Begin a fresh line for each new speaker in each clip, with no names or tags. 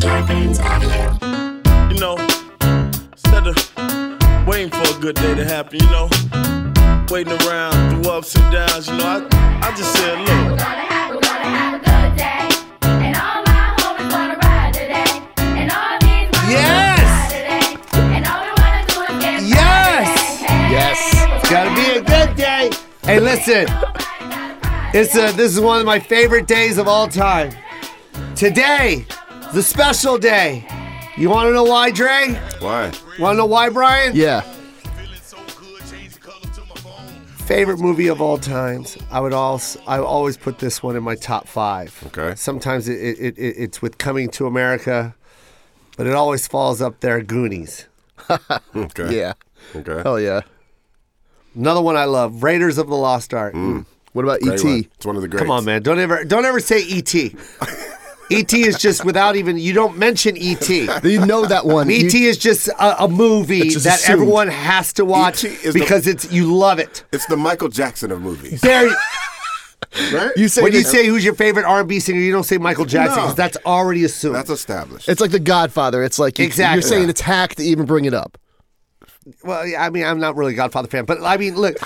Scorpions Audio.
you know, instead of waiting for a good day to happen, you know, waiting around through ups and downs, you know, I, I just said, look,
Gonna have, we're gonna have a good day. And all my homies wanna ride today. And all these ones
Yes!
wanna ride today. And all we wanna do is get high
Yes!
today. Hey,
Yes.
we're
Gotta be a good day. Hey, listen. It's a, this is one of my favorite days of all time. Today, the special day. You wanna know why, Dre?
Why?
Wanna know why, Brian?
Yeah.
Favorite movie of all times. I would also I always put this one in my top five.
Okay.
Sometimes it, it, it it's with Coming to America, but it always falls up there. Goonies.
Okay.
Yeah.
Okay.
Hell yeah.
Another one I love. Raiders of the Lost Ark.
What about
Mm.
E
Great one.
E.T.?
It's one of the greats.
Come on, man. Don't ever don't ever say E ET. ET is just without even you don't mention E ET. ET
You know that one. You-
is just a, a movie
just
that
assumed.
everyone has to watch
E.T. is the-
because it's you love it.
It's the Michael Jackson of movies,
There,
right?
you say
when you
that-
say who's your favorite R&B singer, you don't say Michael Jackson
No.
because that's already assumed.
That's established.
it's like The Godfather. It's like you,
Exactly.
you're saying it's hack to even bring it up.
well, yeah, I mean, I'm not really a Godfather fan, but I mean, look.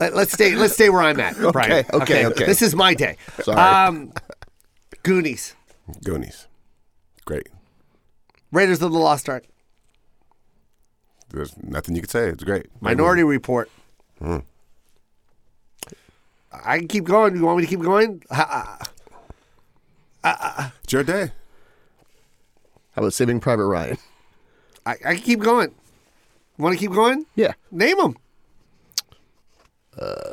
Let, us stay. Let's stay where I'm at, Brian.
Okay, okay, okay.
This is my day.
Sorry.
Um, Goonies,
Goonies. Great.
Raiders of the Lost Ark,
There's nothing you can say. It's great.
Minority Report.
Hmm.
I can keep going. You want me to keep going? Ha-
It's your day.
How about Saving Private Ryan?
I, I can keep going. Want to keep going?
Yeah.
Name them.
Uh.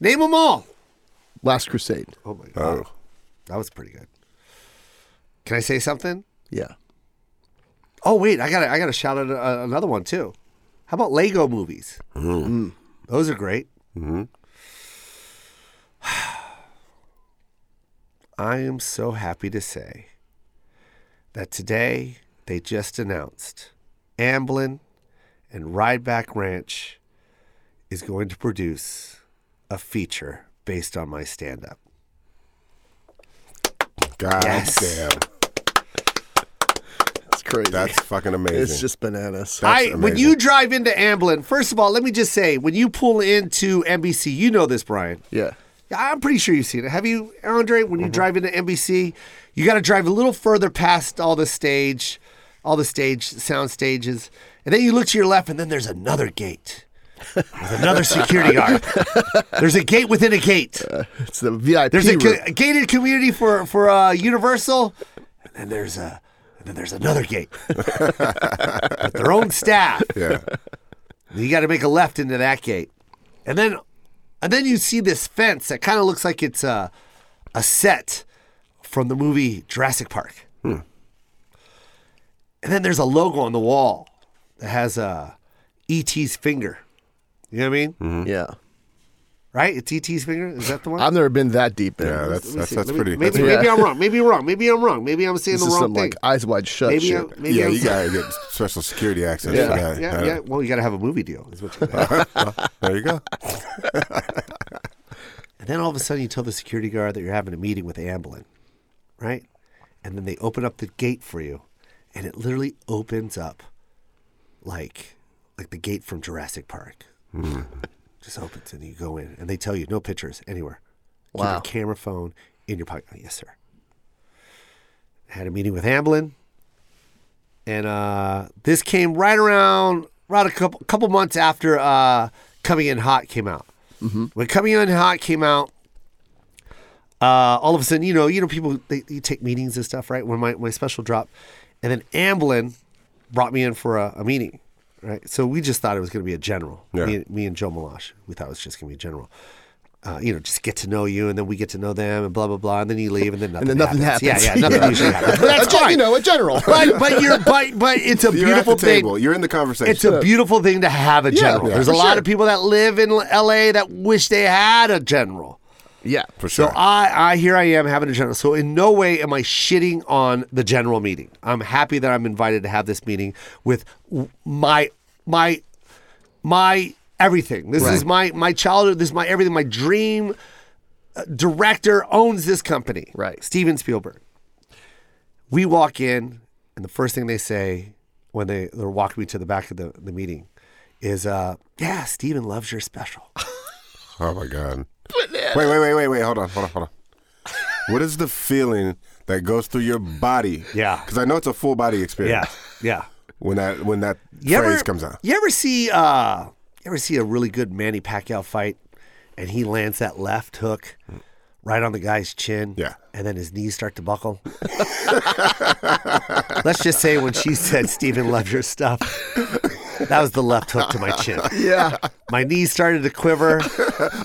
Name them all.
Last Crusade.
Oh my god,
Oh.
that was pretty good. Can I say something?
Yeah.
Oh wait, I got I got to shout out uh, another one too. How about Lego movies? Mm. Those are great. I am so happy to say that today they just announced Amblin and Rideback Ranch is going to produce a feature based on my stand up.
God
Yes.
damn.
It's crazy.
That's fucking amazing.
it's just bananas.
I when
amazing.
you drive into Amblin, first of all, let me just say, when you pull into NBC, you know this, Brian.
yeah.
I'm pretty sure you've seen it. Have you, Andre? When you drive into NBC, you got to drive a little further past all the stage, all the stage sound stages, and then you look to your left, and then there's another gate with another security guard. There's a gate within a gate.
It's the VIP
There's a,
room.
co- a gated community for for uh, Universal, and then there's a and then there's another gate with their own staff.
Yeah.
You got to make a left into that gate, and then, and then you see this fence that kind of looks like it's a, a set from the movie Jurassic Park. And then there's a logo on the wall that has a ET's finger. You know what I mean?
Mm-hmm. yeah.
Right? It's ET's finger. Is that the one?
I've never been that deep in.
Yeah,
it.
that's that's,
See,
that's
let me-
pretty.
Maybe,
that's-
maybe I'm wrong. Maybe I'm wrong. Maybe I'm wrong. Maybe I'm saying
this
the
is
wrong
some
thing.
like eyes wide shut
Maybe
shit.
I'm- maybe
"Ah, yeah,
I'm
you gotta get special security access.
Yeah.
for that.
yeah,
Uh,
yeah. Well, you got to have a movie deal. Is what you gotta have.
There you go.
And then all of a sudden, you tell the security guard that you're having a meeting with Amblin, right? And then they open up the gate for you, and it literally opens up like like the gate from Jurassic Park.
Mm-hmm.
Just opens, and you go in, and they tell you no pictures anywhere.
Wow.
Keep your camera phone in your pocket. Yes, sir. Had a meeting with Amblin, and uh, this came right around right a couple couple months after uh, Coming in Hot came out.
Mm-hmm.
When Coming in Hot came out, uh, all of a sudden, you know, you know, people they, you take meetings and stuff, right? When my, my special dropped, and then Amblin brought me in for a, a meeting, right? So we just thought it was going to be a general.
Yeah.
Me, me and Joe Malash, we thought it was just going to be a general. Uh, you know, just get to know you, and then we get to know them, and blah blah blah, and then you leave, and then nothing,
then nothing happens.
Yeah, yeah, nothing
Yeah.
usually happens. But that's
A gen-
fine.
You know, a general.
but but you're but but it's a
You're
beautiful
at the table.
thing.
You're in the conversation.
It's a beautiful thing to have a general.
yeah,
There's a
for
lot
sure.
of people that live in LA that wish they had a general.
yeah.
for sure.
So I, I here I am having a general. So in no way am I shitting on the general meeting. I'm happy that I'm invited to have this meeting with w- my my my everything. This is my my childhood. This is my everything. My dream uh, director owns this company.
Right.
Steven Spielberg. We walk in, and the first thing they say when they, they're walking me to the back of the, the meeting is, uh, yeah, Steven loves your special.
Oh my god. Wait, wait, wait, wait, wait. Hold on, hold on, hold on. What is the feeling that goes through your body?
Yeah.
Because I know it's a full body experience.
Yeah, yeah.
When that when that
You
phrase
ever,
comes out.
You ever see uh you ever see a really good Manny Pacquiao fight and he lands that left hook right on the guy's chin?
Yeah.
And then his knees start to buckle. Let's just say when she said Steven loved your stuff. That was the left hook to my chin.
Yeah.
My knees started to quiver.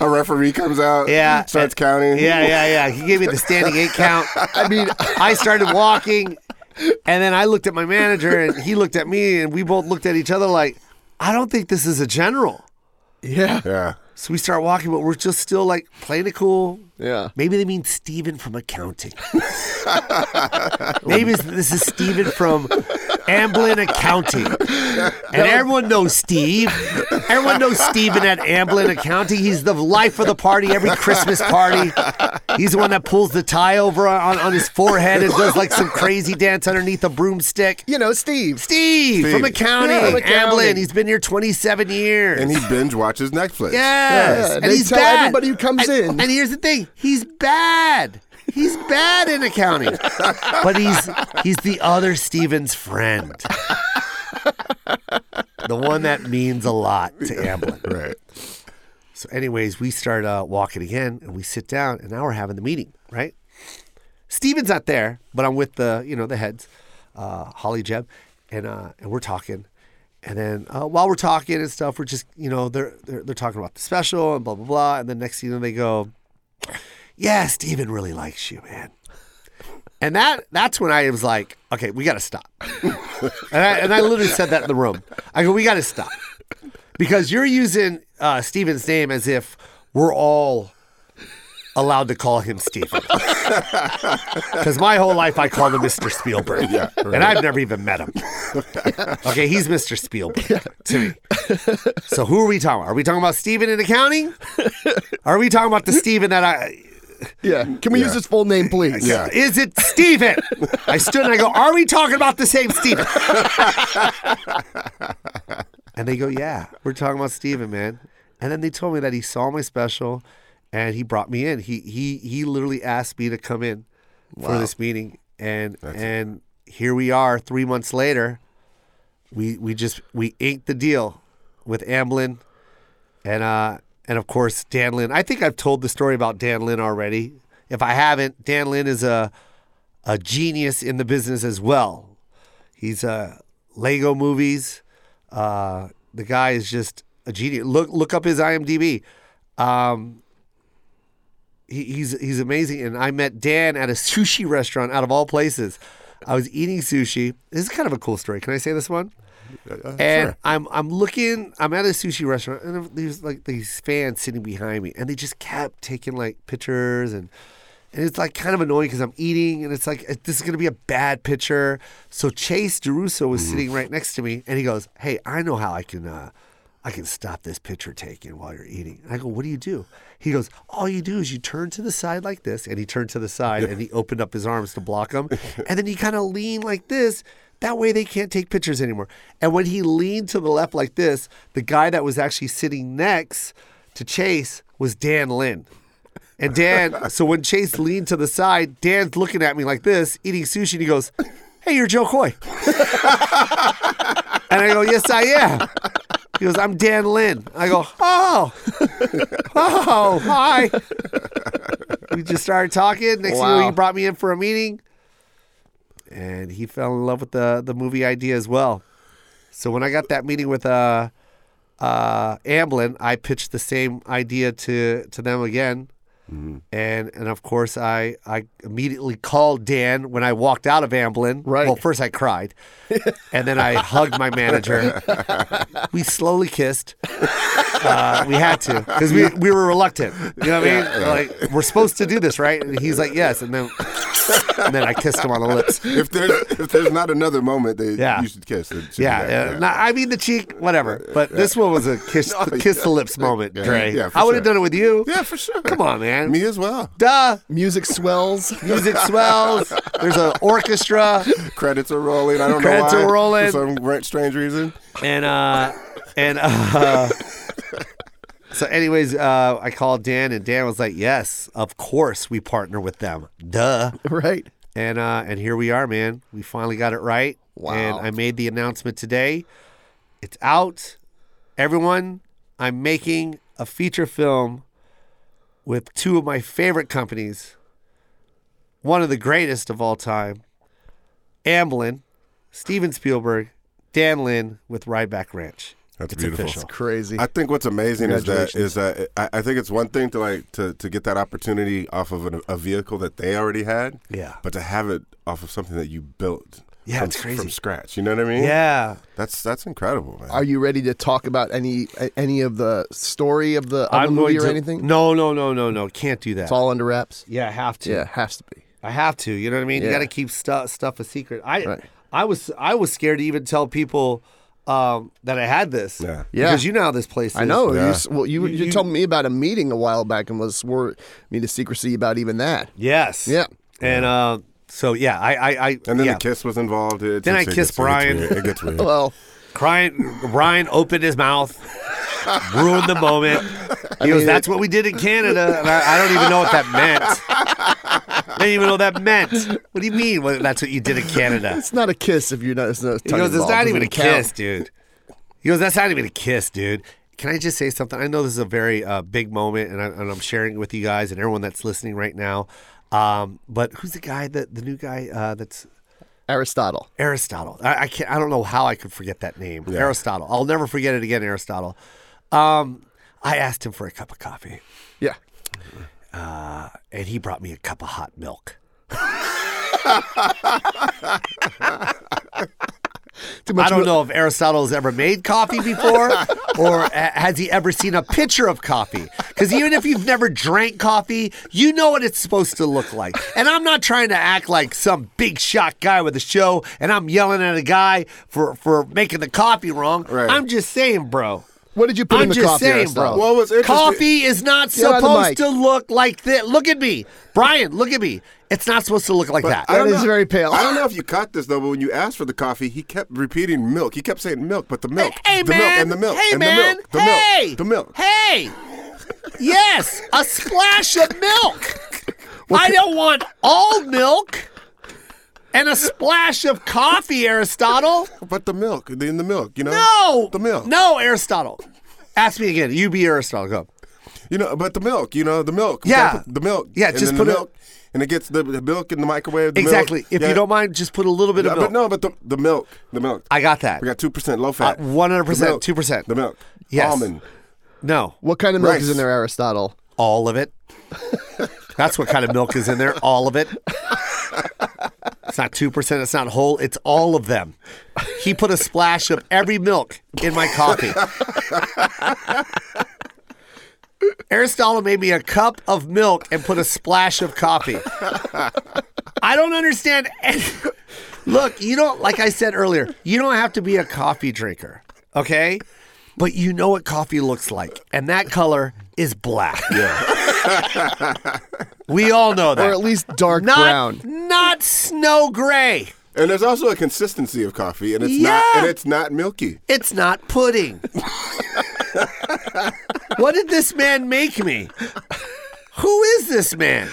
A referee comes out.
Yeah.
Starts
and-
counting.
Yeah, yeah, yeah. He gave me the standing eight count. I mean, I started walking, and then I looked at my manager, and he looked at me, and we both looked at each other like, I don't think this is a general.
Yeah.
Yeah.
So we start walking, but we're just still like playing it cool.
Yeah.
Maybe they mean Steven from accounting. Maybe it's- this is Steven from Amblin Accounting. And everyone knows Steve. Everyone knows Steven at Amblin Accounting. He's the life of the party every Christmas party. He's the one that pulls the tie over on, on his forehead and does like some crazy dance underneath a broomstick.
You know, Steve.
Steve, from
Steve.
accounting,
Yeah, from accounting.
Amblin. He's been here 27 years.
And he binge watches Netflix.
Yes.
Yeah,
and
they
he's
tell
bad.
everybody who comes
And-
in.
And here's the thing, he's bad. He's bad in accounting. but he's he's the other Steven's friend. the one that means a lot to Amblin.
Right.
So, anyways, we start uh, walking again, and we sit down, and now we're having the meeting, right? Steven's not there, but I'm with the you know the heads, uh, Holly Jeb, and uh, and we're talking, and then uh, while we're talking and stuff, we're just you know they're, they're they're talking about the special and blah blah blah, and then next thing you know they go, yeah, Steven really likes you, man. And that that's when I was like, okay, we got to stop. and, I, and I literally said that in the room. I go, we got to stop because you're using uh, Steven's name as if we're all allowed to call him Steven. Because my whole life I called him Mr. Spielberg,
Yeah,
and I've never even met him. Okay, he's Mr. Spielberg to me. So who are we talking about? Are we talking about Steven in accounting? Are we talking about the Steven that I?
Yeah. Can we use his full name, please?
Yeah.
Is it Steven? I stood and I go, Are we talking about the same Steven? and they go, Yeah, we're talking about Steven, man. And then they told me that he saw my special and he brought me in. He he he literally asked me to come in for this meeting. And and here we are three months later. We we just we inked the deal with Amblin and uh and of course Dan Lin. I think I've told the story about Dan Lin already. If I haven't, Dan Lin is a a genius in the business as well. He's uh Lego movies. Uh the guy is just a genius. Look look up his IMDb. Um he, he's he's amazing and I met Dan at a sushi restaurant out of all places. I was eating sushi. This is kind of a cool story. Can I say this one? And I'm I'm looking. I'm at a sushi restaurant, and there's like these fans sitting behind me, and they just kept taking like pictures, and and it's like kind of annoying because I'm eating, and it's like eh, this is gonna be a bad picture. So Chase Deruso was sitting right next to me, and he goes, "Hey, I know how I can." Uh, I can stop this picture taking while you're eating. And I go, what do you do? He goes, all you do is you turn to the side like this. And he turned to the side and he opened up his arms to block him. And then you kind of lean like this. That way they can't take pictures anymore. And when he leaned to the left like this, the guy that was actually sitting next to Chase was Dan Lynn. And Dan, so when Chase leaned to the side, Dan's looking at me like this, eating sushi, and he goes, Hey, you're Joe Coy. and I go, Yes, I am. He goes, I'm Dan Lynn. I go, Oh, oh, hi. We just started talking. Next thing you know,
Wow.
he brought me in for a meeting. And he fell in love with the, the movie idea as well. So when I got that meeting with uh, uh, Amblin, I pitched the same idea to, to them again
Mm-hmm.
and and of course I I immediately called Dan when I walked out of Amblin.
Right.
Well, first I cried, and then I hugged my manager. We slowly kissed. Uh, we had to because we we were reluctant. You know what I mean? Like we're supposed to do this, right? And he's like, yes, and then and then I kissed him on the lips.
If there's if there's not another moment that
Yeah.
you should kiss, it should be
Yeah,
that,
yeah. Nah, I mean the cheek, whatever. But this one was a kiss,
No,
kiss the
yeah.
lips moment,
Yeah,
Dre.
yeah, for
I would have
sure.
done it with you.
Yeah, for sure.
Come on, man. man.
Me as well.
Duh.
Music swells.
Music swells. There's an orchestra,
Credits are rolling. I don't
Credits
know why.
are rolling.
For some great strange reason.
and uh, and uh. So, anyways, uh, I called Dan, and Dan was like, "Yes, of course we partner with them. Duh."
right.
and uh, and here we are, man. We finally got it right.
Wow.
And I made the announcement today. It's out. Everyone, I'm making a feature film with two of my favorite companies. One of the greatest of all time, Amblin, Steven Spielberg, Dan Lin with Ryback Ranch.
That's
It's
beautiful.
official.
Crazy.
I think what's amazing is that is that I, I think it's one thing to like to, to get that opportunity off of an, a vehicle that they already had,
Yeah.
but to have it off of something that you built,
Yeah,
from,
it's crazy.
from scratch. You know what I mean?
Yeah.
that's that's incredible, man.
Are you ready to talk about any any of the story of the, of the movie or anything?
No, no, no, no, no. Can't do that.
It's all under wraps.
yeah, I have to.
Yeah, has to be.
I have to. You know what I mean? You
Yeah.
got to keep stuff stuff a secret. I
Right.
I was I was scared to even tell people um, that I had this.
Yeah.
Yeah.
Because you know how this place is.
I know. You
Yeah.
s well, you, you, told me about a meeting a while back and was swore me to secrecy about even that.
Yes.
Yeah.
And uh, so yeah, I I, I
and then
yeah.
the kiss was involved. It,
Then I
it's- it
kissed
gets-
Brian.
It gets weird. It gets weird.
Well,
Brian Brian opened his mouth, ruined the moment. He goes,
mean,
"That's what we did in Canada," and I, I don't even know what that meant. I didn't even know what that meant. What do you mean? Well, that's what you did in Canada.
it's not a kiss if you're not. It's not
He goes, it's not even a kiss, dude. He goes, that's not even a kiss, dude. Can I just say something? I know this is a very uh, big moment, and, I, and I'm sharing it with you guys and everyone that's listening right now. Um, but who's the guy that the new guy uh, that's
Aristotle.
Aristotle? I, I can't. I don't know how I could forget that name, Aristotle. I'll never forget it again, Aristotle. Um, I asked him for a cup of coffee,
Yeah.
and he brought me a cup of hot milk.
Too much
I don't know if Aristotle's ever made coffee before, or uh, has he ever seen a picture of coffee? Because even if you've never drank coffee, you know what it's supposed to look like. And I'm not trying to act like some big shot guy with a show, and I'm yelling at a guy for for making the coffee wrong.
Right.
I'm just saying, bro.
What did you put
I'm
in the
just
coffee,
saying,
Aristotle?
bro.
Well, what's interesting-
coffee is not
Get on the
supposed
mic.
to look like this. Look at me, Brian. Look at me. It's not supposed to look like that.
I don't
That is
know-
very pale.
I don't know if you caught this though, but when you asked for the coffee, he kept repeating milk. He kept saying milk, but the milk,
Hey,
the
man.
milk, and the milk,
Hey,
and
man.
the milk, the
hey.
milk, the milk.
Hey. Yes, a splash of milk. I don't want all milk and a splash of coffee, Aristotle.
But the milk, in the milk, you know?
No.
Uh, The milk.
No, Aristotle. Ask me again. You be Aristotle. Go.
You know, but the milk, you know, the milk. We
Yeah.
gotta put The milk.
Yeah,
and
just
then
put
the
it-
milk. And it gets the, the milk in the microwave. the milk.
Exactly. If
Yeah.
you don't mind, just put a little bit
Yeah,
of milk.
But no, but the, the milk. The milk.
I got that.
we got 2% low fat.
Uh, 100%,
The milk,
2%.
The milk.
Yes.
Almond.
No,
What kind of milk is
Rice.
in there, Aristotle?
all of it. That's what kind of milk is in there. All of it. It's not 2%. It's not whole. It's all of them. He put a splash of every milk in my coffee. Aristotle made me a cup of milk and put a splash of coffee. I don't understand. Any- Look, you don't, like I said earlier, you don't have to be a coffee drinker, okay? But you know what coffee looks like, and that color is black. we all know that
Or at least dark
not,
brown.
Not snow gray.
And there's also a consistency of coffee, and it's
Yeah.
not and it's not milky.
It's not pudding. what did this man make me? Who is this man?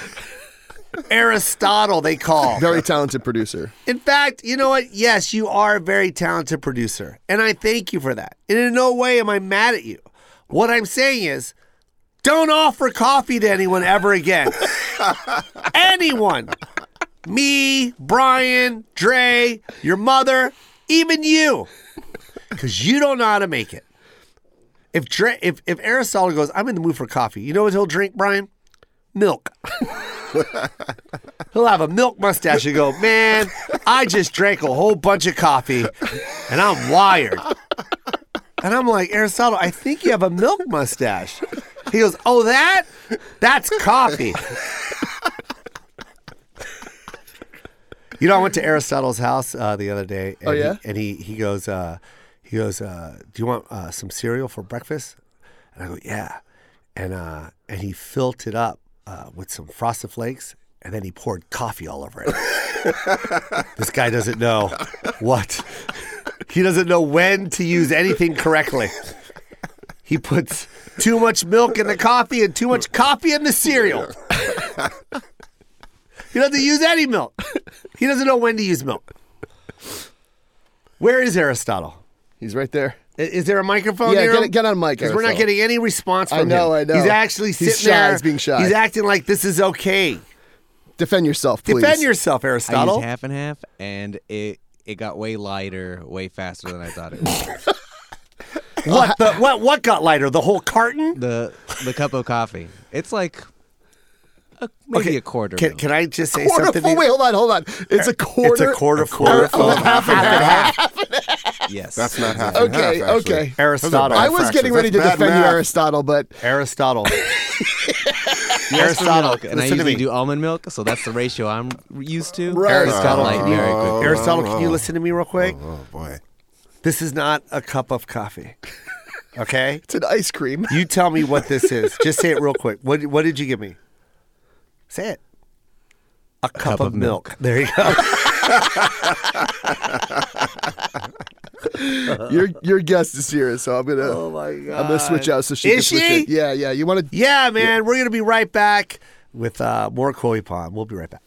Aristotle, they call.
Very talented producer.
In fact, you know what? Yes, you are a very talented producer, and I thank you for that. And in no way am I mad at you. What I'm saying is, don't offer coffee to anyone ever again. anyone. Me, Brian, Dre, your mother, even you. Because you don't know how to make it. If, Dre, if if Aristotle goes, I'm in the mood for coffee, you know what he'll drink, Brian? Milk. He'll have a milk mustache and go, man, I just drank a whole bunch of coffee and I'm wired. And I'm like, Aristotle, I think you have a milk mustache. He goes, oh, that? That's coffee. You know, I went to Aristotle's house uh, the other day. And
Oh, yeah?
He, and he, he goes, uh, he goes, uh, do you want uh, some cereal for breakfast? And I go, yeah. And, uh, and he filled it up uh, with some frosted flakes, and then he poured coffee all over it. this guy doesn't know what. He doesn't know when to use anything correctly. He puts too much milk in the coffee and too much coffee in the cereal. He doesn't use any milk. He doesn't know when to use milk. Where is Aristotle?
He's right there.
I- Is there a microphone?
Yeah,
near
get-
him?
get on mic,
'Cause We're not
Aristotle.
getting any response from
I know,
him.
I know.
He's actually
He's
sitting
shy,
there.
he's being shy.
He's acting like this is okay.
Defend yourself, please.
Defend yourself,
I
Aristotle.
used half and half, and it it got way lighter, way faster than I thought it would.
What the what what got lighter? The whole carton?
the the cup of coffee. It's like a, maybe
Okay,
a quarter.
Can,
milk.
can I just say
Quarter
something?
full. Wait, hold on, hold on. It's a quarter.
It's a quarter full.
half and half.
yes,
That's not half. and
Okay,
half, actually.
okay.
Aristotle.
I was getting ready to
That's bad
defend you,
math.
Aristotle, but
Aristotle.
That's for
Aristotle.
milk, and I
listen to
usually
me.
do almond milk, so that's the ratio I'm used to.
Right.
It's got
Aristotle,
light
can you,
very quickly.
Aristotle, can you listen to me real quick?
Uh-huh.
Oh boy.
This is not a cup of coffee. Okay?
it's an ice cream.
You tell me what this is. Just say it real quick. What what did you give me? Say it. A cup, of,
of
milk.
milk.
There you go.
Your your guest is here, so I'm gonna. Oh my god. I'm gonna switch out so she
Is
can switch
she?
in. Yeah, yeah. You want to?
yeah, man. We're gonna be right back with uh, more Koi Pond. We'll be right back.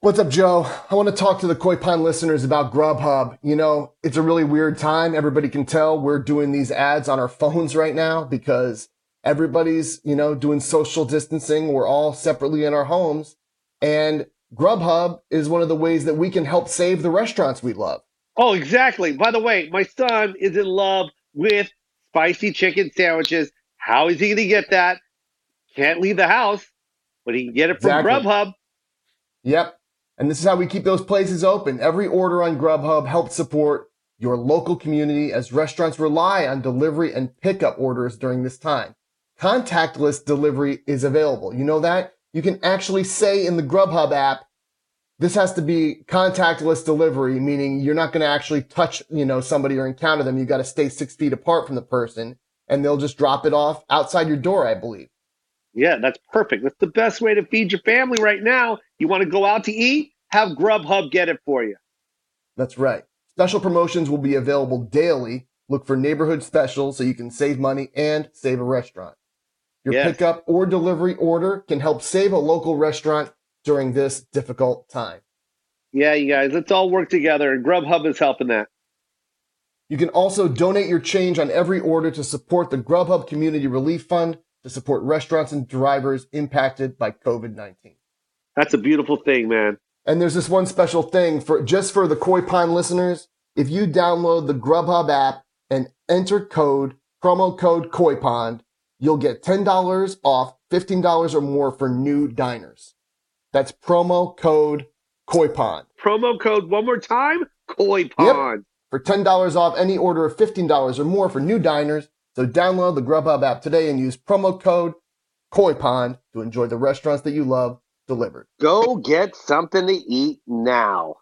What's up, Joe? I want to talk to the Koi Pond listeners about Grubhub. You know, it's a really weird time. Everybody can tell we're doing these ads on our phones right now because everybody's, you know, doing social distancing. We're all separately in our homes. And Grubhub is one of the ways that we can help save the restaurants we love.
Oh, exactly. By the way, my son is in love with spicy chicken sandwiches. How is he going to get that? Can't leave the house, but he can get it from
Exactly.
Grubhub.
Yep. And this is how we keep those places open. Every order on Grubhub helps support your local community as restaurants rely on delivery and pickup orders during this time. Contactless delivery is available. You know that? You can actually say in the Grubhub app, this has to be contactless delivery, meaning you're not going to actually touch, you know, somebody or encounter them. You got to stay six feet apart from the person and they'll just drop it off outside your door, I believe.
Yeah, that's perfect. That's the best way to feed your family right now. You want to go out to eat? Have Grubhub get it for you.
That's right. Special promotions will be available daily. Look for neighborhood specials so you can save money and save a restaurant. Your
Yes.
pickup or delivery order can help save a local restaurant during this difficult time.
Yeah, you guys, let's all work together, and Grubhub is helping that.
You can also donate your change on every order to support the Grubhub Community Relief Fund to support restaurants and drivers impacted by COVID 19.
That's a beautiful thing, man.
And there's this one special thing for just for the Koi Pond listeners. If you download the Grubhub app and enter code promo code Koi Pond, you'll get ten dollars off fifteen dollars or more for new diners. That's promo code Koi Pond
Promo code one more time Koi Pond.
for ten dollars off any order of fifteen dollars or more for new diners. So download the Grubhub app today and use promo code Koi Pond to enjoy the restaurants that you love delivered.
Go get something to eat now.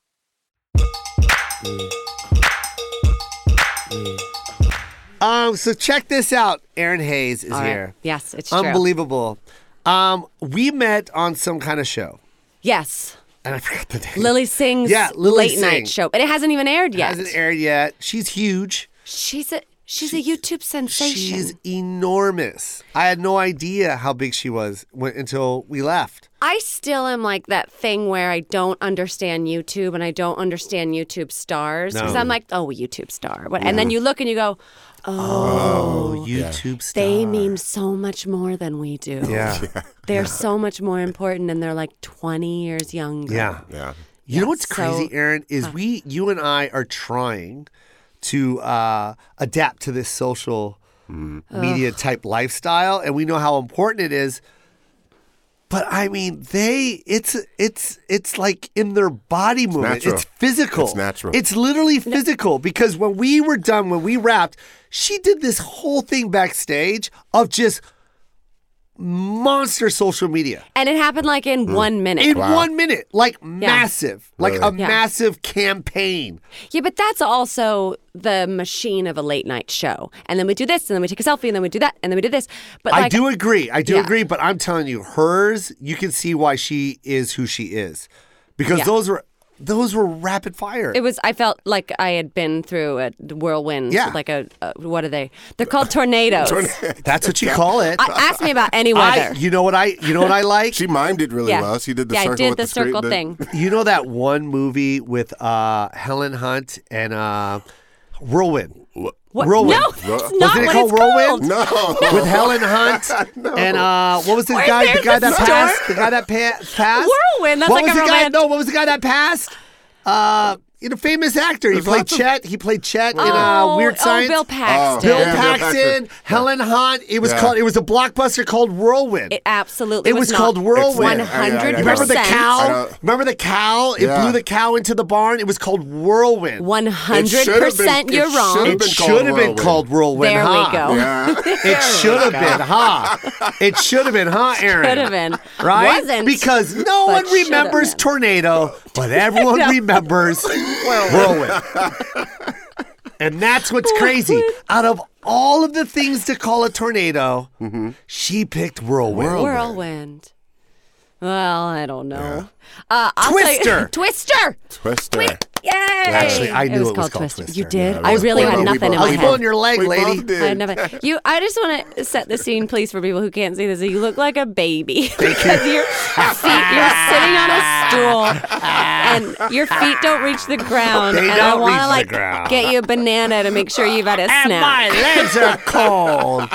Um, so check this out. Aaron Hayes is
All right.
here.
Yes, it's true.
Unbelievable. Um, we met on some kind of show,
Yes.
and I forgot the name.
Lily Singh's
Yeah, Lily
late
Singh.
night show. And it hasn't even aired
It
yet.
hasn't aired yet. She's huge.
She's a she's a YouTube sensation.
She's enormous. I had no idea how big she was when, until we left.
I still am like that thing where I don't understand YouTube and I don't understand YouTube stars. Because
No.
I'm like, oh, a YouTube star. What? And then you look and you go,
Oh,
oh,
YouTube star.
they mean so much more than we do.
Yeah.
They're so much more important and they're like 20 years younger.
Yeah.
Yeah.
You know what's
so-
crazy, Aaron, is we, you and I are trying to uh, adapt to this social media type lifestyle, and we know how important it is. But I mean, they it's it's it's like in their body movement.
natural.
It's physical.
It's natural.
It's literally physical because when we were done, when we wrapped, she did this whole thing backstage of just monster social media
And it happened like in one minute.
in one minute, like massive, like a
Hmm. Really?
Yeah.
massive campaign.
yeah, but that's also the machine of a late night show. And then we do this, and then we take a selfie, and then we do that, and then we do this. But
I
like,
do agree. I do
Yeah.
agree, but I'm telling you, hers, you can see why she is who she is. Because
Yeah.
those were those were rapid fire.
It was. I felt like I had been through a whirlwind.
Yeah.
Like a, a what are they? They're called tornadoes.
That's what you call it.
I, ask me about any
I-
weather.
you know what I you know what I like?
She mimed it really
yeah.
well. She did the
yeah,
circle.
I did
with
the,
screen,
circle thing.
you know that one movie with uh, Helen Hunt and uh, Whirlwind?
What?
Whirlwind.
No, that's
Wasn't
not
it
what
called
it's
Whirlwind?
called.
No.
With Helen Hunt and uh, what was the
Weren't
guy?
there
The guy
the
that
storm?
passed. The guy that pa- passed.
Whirlwind, that's
what
like
was
a
the guy?
romance-
No, what was the guy that passed? Uh, you know, famous actor. He
There's
played
lots of-
Chet. He played Chet in
Oh,
uh, Weird Science.
Oh, Bill Paxton.
Bill
Yeah, Bill
Paxton,
Paxton.
Helen Hunt. It was
Yeah.
called. It was a blockbuster called Whirlwind.
It absolutely.
It was
not.
called Whirlwind.
One
It's- I- I- I-
hundred
I-
Remember the
percent.
I
cow?
don't-
Remember the cow? It
Yeah.
blew the cow into the barn. It was called Whirlwind.
One
It
hundred
should've
percent.
been-
You're
it
wrong.
should've
It
been
should
called
have been
Whirlwind.
called Whirlwind.
There we
huh?
go.
Yeah.
It should have been, huh? It should have been, huh, Aaron?
Could have been.
Right?
Wasn't.
Because no
but
one
should've
remembers
been.
tornado, but everyone
No.
remembers whirlwind. and that's what's crazy. Out of all of the things to call a tornado, she picked whirlwind.
Whirlwind. Well, I don't know. Uh, I'll tell you-
Twister.
Twister.
Twister.
Yay! Actually,
I knew it was called Twister.
You did.
Yeah,
I
we-
really
we
had
both-
nothing in
I
my
was
head.
pulling your leg,
We
lady.
both
I
did.
never. You. I just want to set the scene, please, for people who can't see this. You look like a baby because your feet. You're sitting on a stool, and your feet don't reach the ground.
They
and I
don't
want
reach
to
the
like
ground.
get you a banana to make sure you've had a
And my
snack.
legs are cold.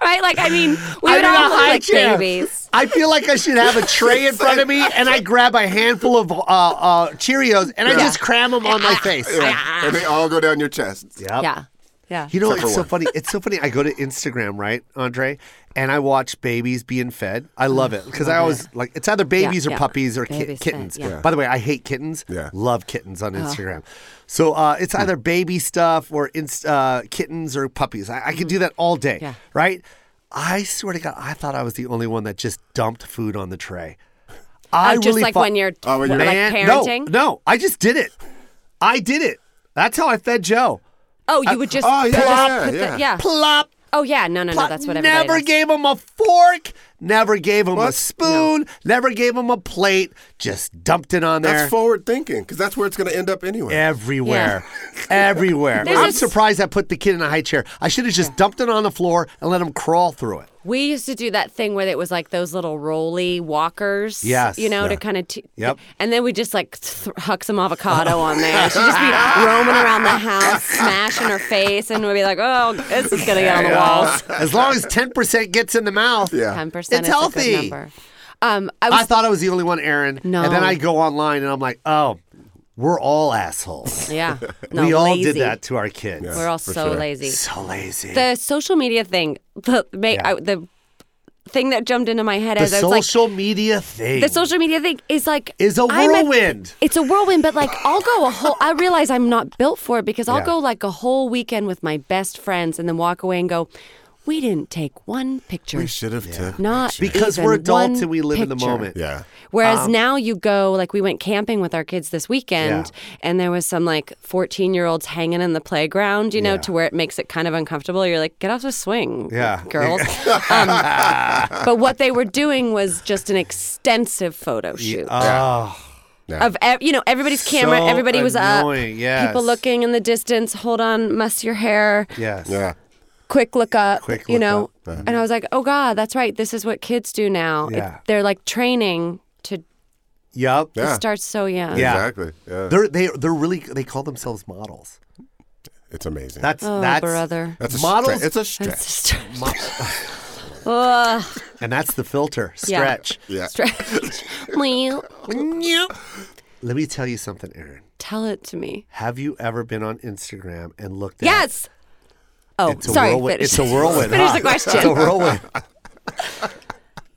Right? Like I mean, we
I'm
would
in a
all look
high
like
chair.
babies.
I feel like I should have a tray in front of me, and I grab a handful of uh, uh, Cheerios, and I just cram them on my face.
Ah.
Yeah. And they all go down your chest.
Yep.
Yeah. Yeah.
You know,
Except for
it's so
one.
funny. It's so funny. I go to Instagram, right, Andre, and I watch babies being fed. I love it because I always like it's either babies or
Mm-hmm. yeah.
puppies or ki-
Babies fed,
kittens.
yeah. Yeah.
By the way, I hate kittens.
Yeah. Hmm.
Love kittens on Instagram. So uh, it's either baby stuff or inst- uh, kittens or puppies. I, I could do that all day,
Mm-hmm. Yeah.
right? I swear to God, I thought I was the only one that just dumped food on the tray.
Oh,
I
just
really
like
thought-
when you're,
Oh, when
like
you're-
Man,
parenting.
No, no, I just did it. I did it. That's how I fed Joe.
Oh, you would just
Oh, yeah,
pull up,
yeah,
put the-
yeah.
yeah.
Plop.
Oh yeah, no, no, no.
Plop.
That's what everybody
Never
does.
gave him a fork. Never gave him a spoon. Never gave him a plate. Just dumped it on there.
That's forward thinking because that's where it's going to end up anyway.
Everywhere, everywhere.
There's
I'm
a s-
surprised I put the kid in a high chair. I should have just dumped it on the floor and let him crawl through it.
We used to do that thing where it was like those little rolly walkers.
Yes.
You know,
Yeah.
to kind of. T-
Yep.
And then we just like th- huck some avocado on there. She'd just be roaming around the house, smashing her face, and we'd be like, oh, this is going to get on the walls.
As long as ten percent gets in the mouth,
Yeah.
10% is
It's
a
healthy.
good number. Um, I was.
I thought I was the only one, Aaron.
No.
And then I go online and I'm like, oh, we're all assholes.
yeah. No,
we all did
lazy.
that to our kids.
We're all so lazy.
So lazy.
The social media thing, the, ma-
Yeah.
I- the thing that jumped into my head
The
as I was like,
social media thing.
the social media thing is like
is a
I'm
whirlwind.
it's a whirlwind, but like I'll go a whole. I realize I'm not built for it because I'll
Yeah.
go like a whole weekend with my best friends and then walk away and go, we didn't take one picture.
We should have took.
not
because
even
we're adults
one
and we live in the
picture."
moment.
Yeah.
Whereas
Um,
now you go like we went camping with our kids this weekend,
Yeah.
and there was some like 14 year olds hanging in the playground, you know, to where it makes it kind of uncomfortable. You're like, get off the swing,
Yeah.
girls. um, but what they were doing was just an extensive photo shoot
Oh,
of ev- you know everybody's camera,
So
everybody was
annoying,
up,
yes.
people looking in the distance. Hold on, mess your hair,
yes.
Yeah.
quick look up,
Quick
you
look
know.
up, uh-huh.
And I was like, oh god, that's right. This is what kids do now. It-
Yeah.
they're like training to
Yep.
Yeah.
start so young.
Yeah.
Exactly. Yeah.
They're they they're really they call themselves models.
it's amazing.
That's
Oh
that's
brother.
that's a
models-
Stre- it's a stretch.
Ugh,
and that's the filter
Yeah.
stretch.
yeah.
stretch. Well,
Let me tell you something, Aaron.
Tell it to me.
Have you ever been on Instagram and looked at
Yes. Oh,
It's a
sorry.
whirlwind.
finish.
It's a whirlwind.
finish
huh?
the question.
It's a whirlwind.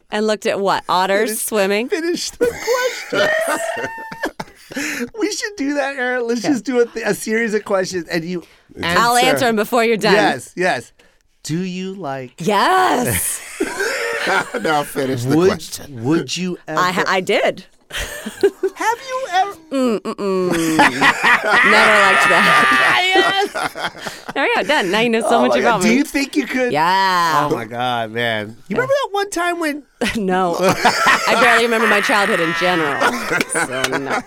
and looked at what otters swimming.
Finish the question. we should do that, Aaron. Let's just do a, th- a series of questions, and you.
I'll answer them before you're done.
Yes, yes. do you like?
Yes,
now finish the
would
question.
would you ever?
I, I did.
have you ever?
Never liked that. yes. There we go. Done. Now you know so
Oh
much
my God,
about
do
me.
you think you could?
yeah.
Oh my god, man! You remember that one time when?
no. I barely remember my childhood in general. So no.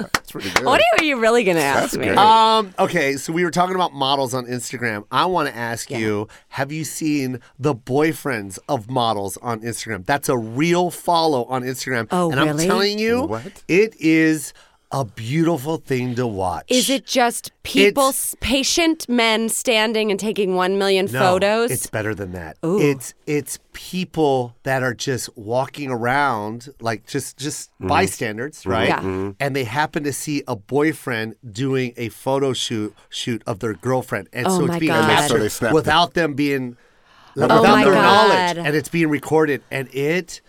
That's pretty good.
What are you really going to ask me? Uh,
great.
Um. Okay, so we were talking about models on Instagram. I want to ask you: Have you seen the boyfriends of models on Instagram? That's a real follow on Instagram.
Oh,
and
really?
I'm telling you,
What?
it is a beautiful thing to watch.
Is it just people, patient men standing and taking one million
No,
photos?
It's better than that. It's it's people that are just walking around like just just bystanders, right?
Yeah.
And they happen to see a boyfriend doing a photo shoot shoot of their girlfriend, and
Oh
so it's
my
being
God. And they- so
they
captured
snap it.
without them being without
my
their
God.
knowledge, and it's being recorded, and it.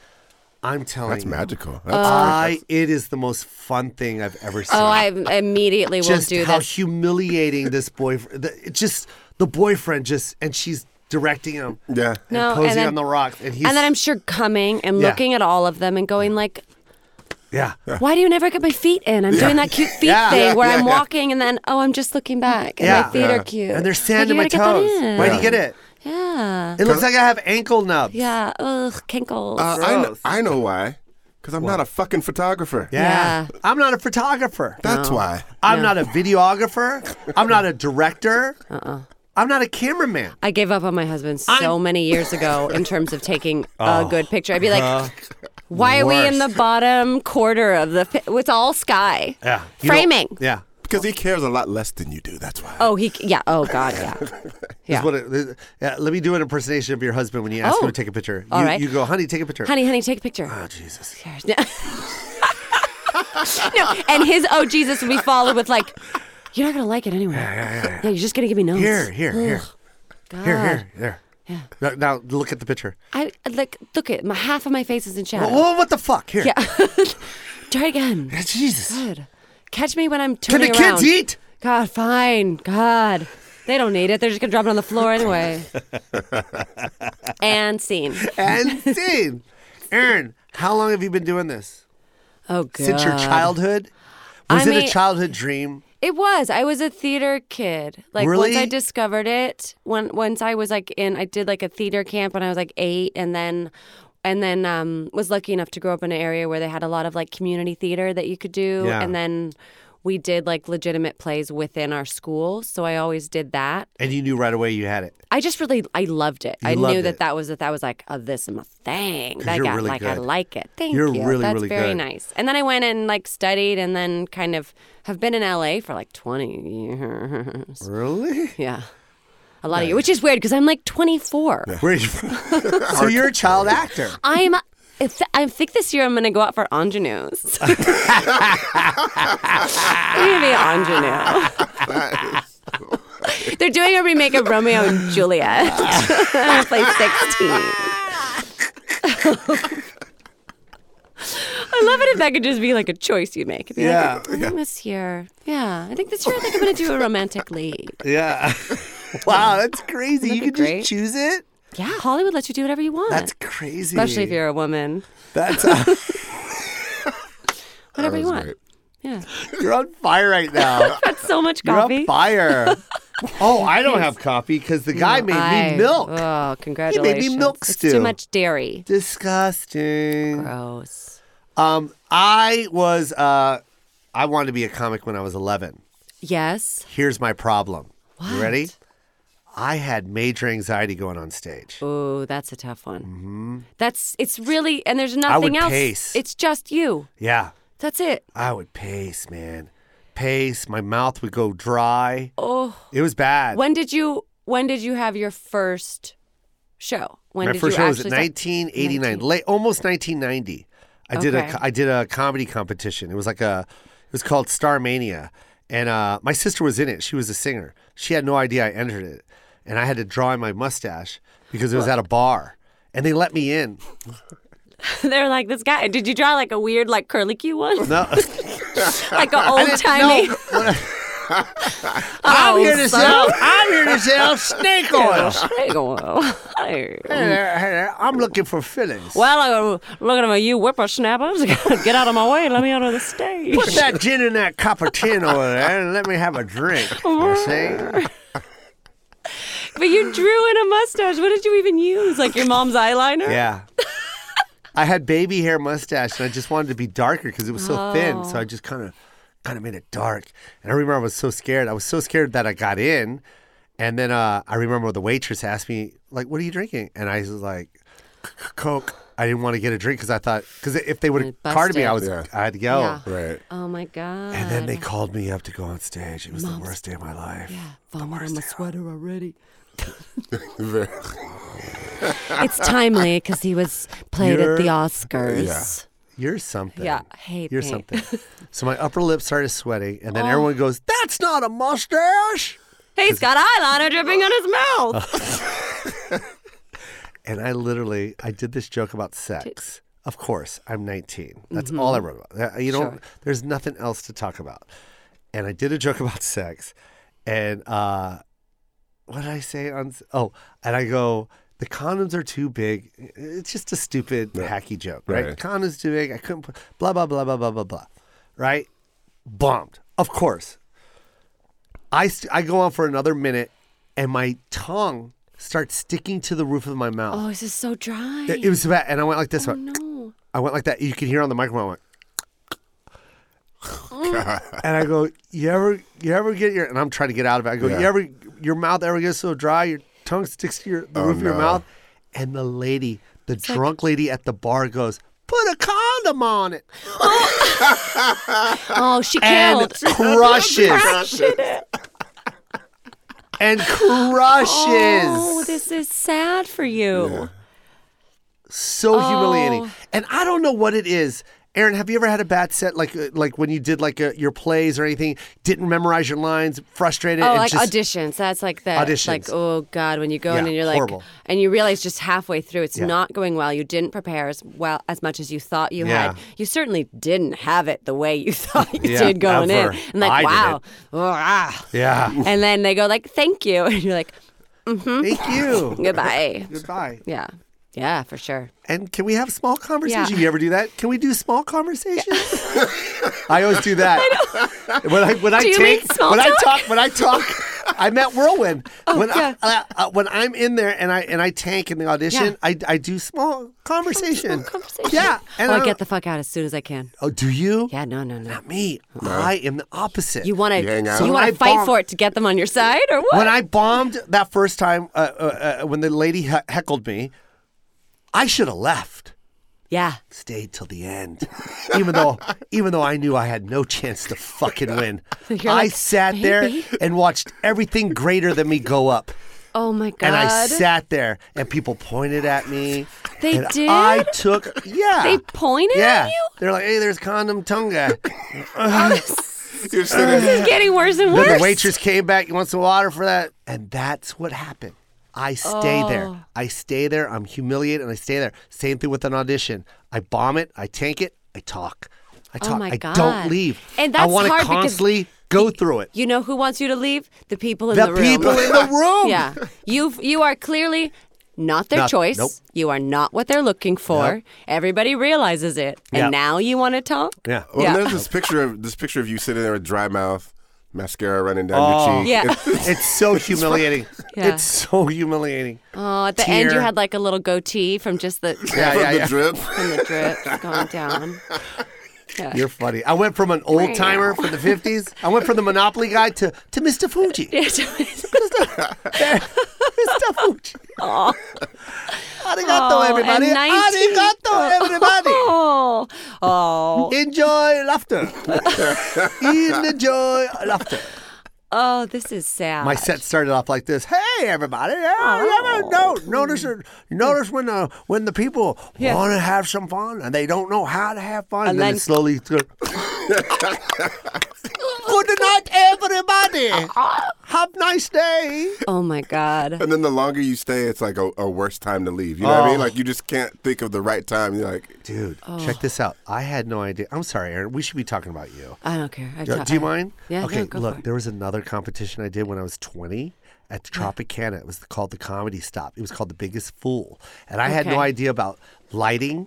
I'm telling
That's
you,
magical. That's
Uh,
I it is the most fun thing I've ever seen
oh, I immediately will
just
do
how
this.
humiliating this boyfriend. The, it just the boyfriend just and she's directing him.
yeah.
And
No, and
posing
then-
on the rocks, and he's
and then I'm sure coming and
Yeah.
looking at all of them and going like,
yeah.
why do you never get my feet in? I'm doing that cute feet
Yeah.
thing
Yeah,
where
yeah,
I'm
yeah.
walking and then oh, I'm just looking back and
Yeah.
my feet
Yeah.
are cute.
And there's sand
like,
in my
you gotta
toes.
Get that in.
Why do you get it?
Yeah.
It looks like I have ankle nubs.
Yeah. Ugh, kinkles.
Uh, I, know,
Gross.
I know why. Because I'm not a fucking photographer.
Yeah.
Yeah.
I'm not a photographer.
That's why.
I'm not a videographer. I'm not a director. Uh-uh. I'm not a cameraman.
I gave up on my husband so many years ago in terms of taking
Oh.
a good picture. I'd be like,
Uh-huh.
why are we in the bottom quarter of the? Pi- it's all sky.
Yeah. You don't-
Framing.
Yeah.
Because he cares a lot less than you do. That's why.
Oh, he. Yeah. Oh, God. Yeah.
This is
Yeah.
what it- yeah, let me do an impersonation of your husband when you ask
Oh.
him to take a picture.
All
you,
right.
you go, honey, take a picture.
honey, honey, take a picture.
Oh, Jesus.
No. no. And his oh Jesus would be followed with like, you're not gonna like it anyway. Yeah, you're just gonna give me notes.
Here, here, here.
God.
Here, here, there. Yeah. Now, now look at the picture.
I I- like look at my half of my face is in shadow.
Whoa, Oh, what the fuck? Here.
Yeah. Try again.
Jesus.
God. Catch me when I'm
Can the
turning
kids
around.
eat?
God, fine. God. They don't need it. They're just going to drop it on the floor anyway. and scene.
And scene. Aaron, how long have you been doing this?
Oh, God.
Since your childhood? Was
I
it
mean-
a childhood dream?
It was. I was a theater kid. Like
Really?
once I discovered it, when, once I was like in I did like a theater camp when I was like 8 and then and then um was lucky enough to grow up in an area where they had a lot of like community theater that you could do
Yeah.
and then we did like legitimate plays within our school, so I always did that.
And you knew right away you had it.
I just really I loved it.
You
I
loved
knew that
it.
that was that that was like oh, this is my thing.
'Cause
Like,
you're
I
really
like I
good.
like it. Thank
You're
you.
really,
That's
really
very
good.
nice. And then I went and like studied and then kind of have been in LA for like 20 years.
Really?
Yeah. A lot of you, which is weird because I'm like 24.
Where are you from? so you're a child actor.
I'm if- I think this year I'm going to go out for ingenues. I'm going to be an ingenue. They're doing a remake of Romeo and Juliet. I play 16. I love it if that could just be like a choice you make. It'd be
Yeah.
Like, I think this year. Yeah. I think this year I think I'm going to do a romantic lead.
Yeah. wow, that's crazy.
Isn't
You
that
can
great?
just choose it?
Yeah. Hollywood lets you do whatever you want.
That's crazy.
Especially if you're a woman.
That's uh,
Whatever you
was
want.
great.
Yeah.
you're on fire right now.
That's so much
You're
coffee.
on fire. Oh, I don't have coffee because the guy made
I-
me milk.
Oh, congratulations.
milk
It's
stew.
too much dairy.
Disgusting.
Gross.
Um, I was uh, I wanted to be a comic when I was 11.
Yes.
Here's my problem. You ready?
What?
I had major anxiety going on stage.
Oh, that's a tough one. That's it's really and there's nothing
Mm-hmm. would
else.
pace.
It's just you.
Yeah,
That's it.
I would pace, man. Pace. My mouth would go dry.
Oh,
It was bad.
when did you when did you have your first show? When
my
did
first
you
show was
actually
at
start-
1989,
19.
late almost 1990. I did a
Okay.
co- I did a comedy competition. It was like a it was called Star Mania, and uh, my sister was in it. She was a singer. She had no idea I entered it, and I had to draw in my mustache because it was at a bar, and they let me in.
they were like this guy. Did you draw like a weird like curly Q one?
No,
like an
I
old
didn't-
timey.
no. I'm here to
Oh, son.
sell. I'm here to sell snake oil.
Hey, go on. Hey.
I'm looking for fillings.
Well, I'm looking at my you whippersnappers. Get out of my way. Let me out of the stage.
Put that gin in that copper tin over there and let me have a drink. You see?
But you drew in a mustache. What did you even use? Like your mom's eyeliner?
Yeah. I had baby hair mustache and I just wanted to be darker because it was so thin.
Oh.
So I just kind of kind of made it dark. And I remember I was so scared. I was so scared that I got in. And then uh, I remember the waitress asked me, like, what are you drinking? And I was like, "C- c- Coke. I didn't want to get a drink because I thought, because if they would have
You'd bust
carded me, I
it.
was,
Yeah.
I had to go.
Yeah.
Right.
Oh my god.
And then they called me up to go on stage. It was the
Mom's-
worst day of my life.
Yeah, vomit on my sweater already.
Very-
It's timely because he was played at the Oscars.
You're something.
Yeah, hey,
You're
babe.
something. so my upper lip started sweating, and then everyone goes, "That's not a mustache."
Hey, He's got eyeliner dripping on his
Uh-huh.
mouth.
And I literally, I did this joke about sex. Of course, I'm 19. That's all I wrote about. Uh, You know, there's nothing else to talk about. And I did a joke about sex, and uh, what did I say on? s- Oh, and I go, the condoms are too big. It's just a stupid hacky joke, right?
Right.
Condoms too big. I couldn't. Put, blah blah blah blah blah blah blah. Right? Bombed. Of course. I st- I go on for another minute, and my tongue starts sticking to the roof of my mouth.
Oh, this is so dry. Oh,
It, it was bad, and I went like this. I went-
no.
I went like that. You could hear on the microphone. I went, and I go, you ever, you ever get your? And I'm trying to get out of it. I go, you
Yeah.
ever, your mouth ever gets so dry, your tongue sticks to your, the roof of your
Oh, no.
mouth. And the lady, the drunk lady at the bar, goes, put a condom on it,
Oh, she
and
killed.
crushes, and crushes.
Oh, this is sad for you.
so
Oh.
humiliating. And I don't know what it is. Aaron, have you ever had a bad set like uh, like when you did like uh your plays or anything? Didn't memorize your lines, frustrated.
Oh,
and
like
just,
auditions. That's like the
Auditions.
Like oh god, when you go in
Yeah,
and you're like,
horrible.
and you realize just halfway through it's
Yeah.
not going well. You didn't prepare as well as much as you thought you had.
Yeah.
You certainly didn't have it the way you thought you
Yeah,
did going
ever.
in. And like
I
wow,
didn't.
Oh, ah.
Yeah,
and then they go like, thank you, and you're like,
thank you.
goodbye.
Goodbye.
yeah, yeah, for sure.
And can we have small conversations?
Yeah.
You ever do that? Can we do small conversations? I always do that. when I when I
Do you
take
mean small
when I
talk? Oh,
talk when I talk, I'm at whirlwind. when
yeah.
I, uh, uh, when I'm in there and I and I tank in the audition,
Yeah.
I I do small conversation.
Conversation.
Yeah,
oh, I
don't-
get the fuck out as soon as I can.
Oh, do you?
Yeah, no, no, no.
Not me. I am the opposite.
You want to
You hang out.
you
So
want
I
to fight
bomb-
for it to get them on your side or what?
when I bombed that first time, uh, uh, uh, when the lady he- heckled me, I should have left.
yeah.
Stayed till the end, even though even though I knew I had no chance to fucking win.
You're
I
like,
sat
"Baby."
there and watched everything greater than me go up,
Oh my god.
and I sat there and people pointed at me.
They
and
did?
I took yeah.
They pointed
yeah.
at you?
They're like, hey, there's condom tongue guy.
You're sitting there.
It's getting worse and worse.
Then the waitress came back. You want some water for that? And that's what happened. I stay
Oh.
there. I stay there. I'm humiliated and I stay there. Same thing with an audition. I bomb it. I tank it. I talk. I talk.
Oh my
I
God.
don't leave.
And
I
that's
want
hard
to
because
constantly go through it.
You know who wants you to leave? The people in
The
the, room.
people in the room.
yeah. You you are clearly not their
Not-
choice.
nope.
You are not what they're looking for. Everybody realizes it. And
Yep.
now you want to talk?
Yeah.
Well,
Yeah.
there's this picture of this picture of you sitting there with dry mouth, mascara running down
Oh.
your cheek.
Yeah.
It's so humiliating.
Yeah.
It's so humiliating.
Oh, at the end you
Tear.
had like a little goatee from just the
Yeah,
From
yeah,
the
yeah.
drip.
from the drips going down.
You're funny. I went from an old timer from the 50s. I went from the Monopoly guy to, to Mr. Fuji. Mr. Fuji. Arigato,
Aw,
everybody.
and 19
Arigato, everybody.
oh. Oh.
Enjoy laughter. Enjoy laughter.
Oh, this is sad.
My set started off like this. Hey, everybody! Yeah,
Oh.
yeah, no, notice it. Notice when the when the people
Yeah.
want to have some fun and they don't know how to have fun, and,
And
then,
then-
it slowly. Good night, everybody. Have nice day.
Uh-huh. Oh my God.
And then the longer you stay, it's like a, a worse time to leave. You know what I mean?
Oh.
Like you just can't think of the right time. You're like,
Dude, check this out. I had no idea. I'm sorry, Aaron. We should be talking about you.
I don't care. I've
Do,
ta-
do you
I-
mind?
Yeah,
Okay.
no, go
look,
for it.
there was another competition I did when I was 20 at Tropicana. It was called the Comedy Stop. It was called the Biggest Fool, and I had no
Okay.
idea about lighting.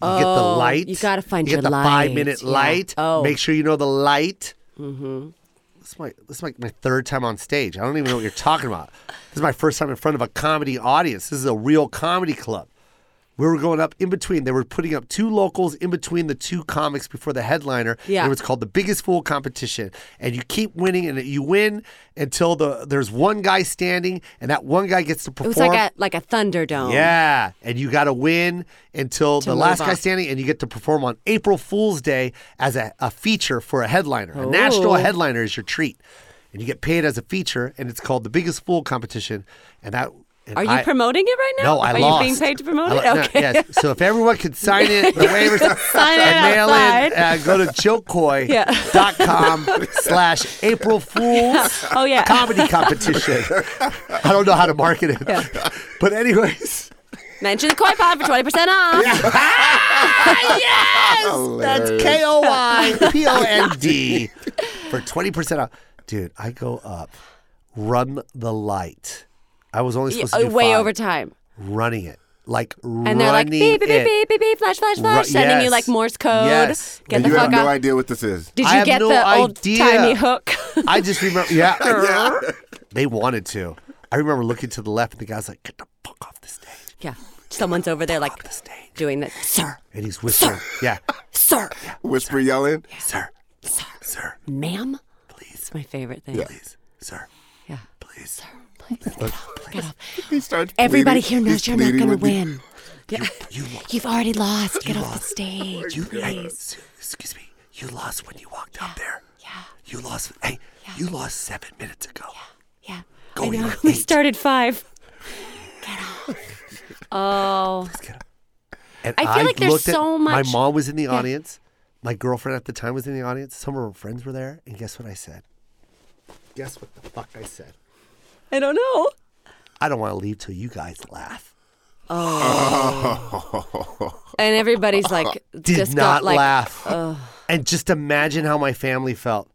You get the
Oh,
light.
you gotta find
you
your
get the five minute
lights, yeah.
light.
Oh.
Make sure you know the light. Mm-hmm. This is my this is like my third time on stage. I don't even know what you're talking about. This is my first time in front of a comedy audience. This is a real comedy club. We were going up in between. They were putting up two locals in between the two comics before the headliner.
Yeah.
And It was called the biggest fool competition. And you keep winning and you win until the there's one guy standing and that one guy gets to
It
perform.
was like a like a Thunderdome.
Yeah, and you got to win until
To
the
move
last guy
on.
standing, and you get to perform on April Fool's Day as a, a feature for a headliner. A national
Ooh.
headliner is your treat, and you get paid as a feature, and it's called the Biggest Fool Competition. And that and
Are you
I-
promoting it right now?
No, I
Are
lost.
you being paid to promote
I
it?
lo- no,
okay.
yes. So if everyone could sign it, the waivers,
Sign it
and mail in,
outside.
uh, go to jokecoy.com slash April Fools
Oh yeah.
comedy competition. I don't know how to market it. But anyways.
Mention the koi pod for twenty percent off.
That's K O Y P O N D for 20% off. Dude, I go up, run the light. I was only
Yeah,
supposed to do
way
five.
over time.
Running it. Like running
And they're like beep beep
it.
beep beep beep beep flash flash flash,
Ru-
sending
yes.
you like Morse code.
Yes.
Get
and
the
you have
fuck
no
out.
idea what this is.
Did
I
you
have
get
no
the old
idea.
timey hook?
I just remember, yeah. They wanted to. I remember looking to the left and the guy's like, get the fuck off the stage.
yeah. Someone's over there like
The stage.
doing that. Sir,
And he's whispering, yeah,
sir,
Whisper yelling.
sir, sir, sir,
ma'am.
please,
It's my favorite thing.
please, sir,
Yeah.
please.
Please, get off, get off.
He starts.
Everybody here
pleading-
knows
he's
you're not
pleading
going to
with the-
win. Yeah.
You,
You've already lost. Get off the stage.
You, hey,
please.
s- excuse me. You lost when you walked up there. Yeah. You lost. Hey, you lost seven minutes ago.
Yeah.
Go
I
in
know.
with
We
eight.
started five. Get off. Oh.
And
I feel like there's
looked at-
so
My
much-
mom was in the audience. My girlfriend at the time was in the audience. Some of her friends were there. And guess what I said? Guess what the fuck I said?
I don't know.
I don't want to leave till you guys laugh.
And everybody's like,
Did
just
not
got like
laugh. And just imagine how my family felt.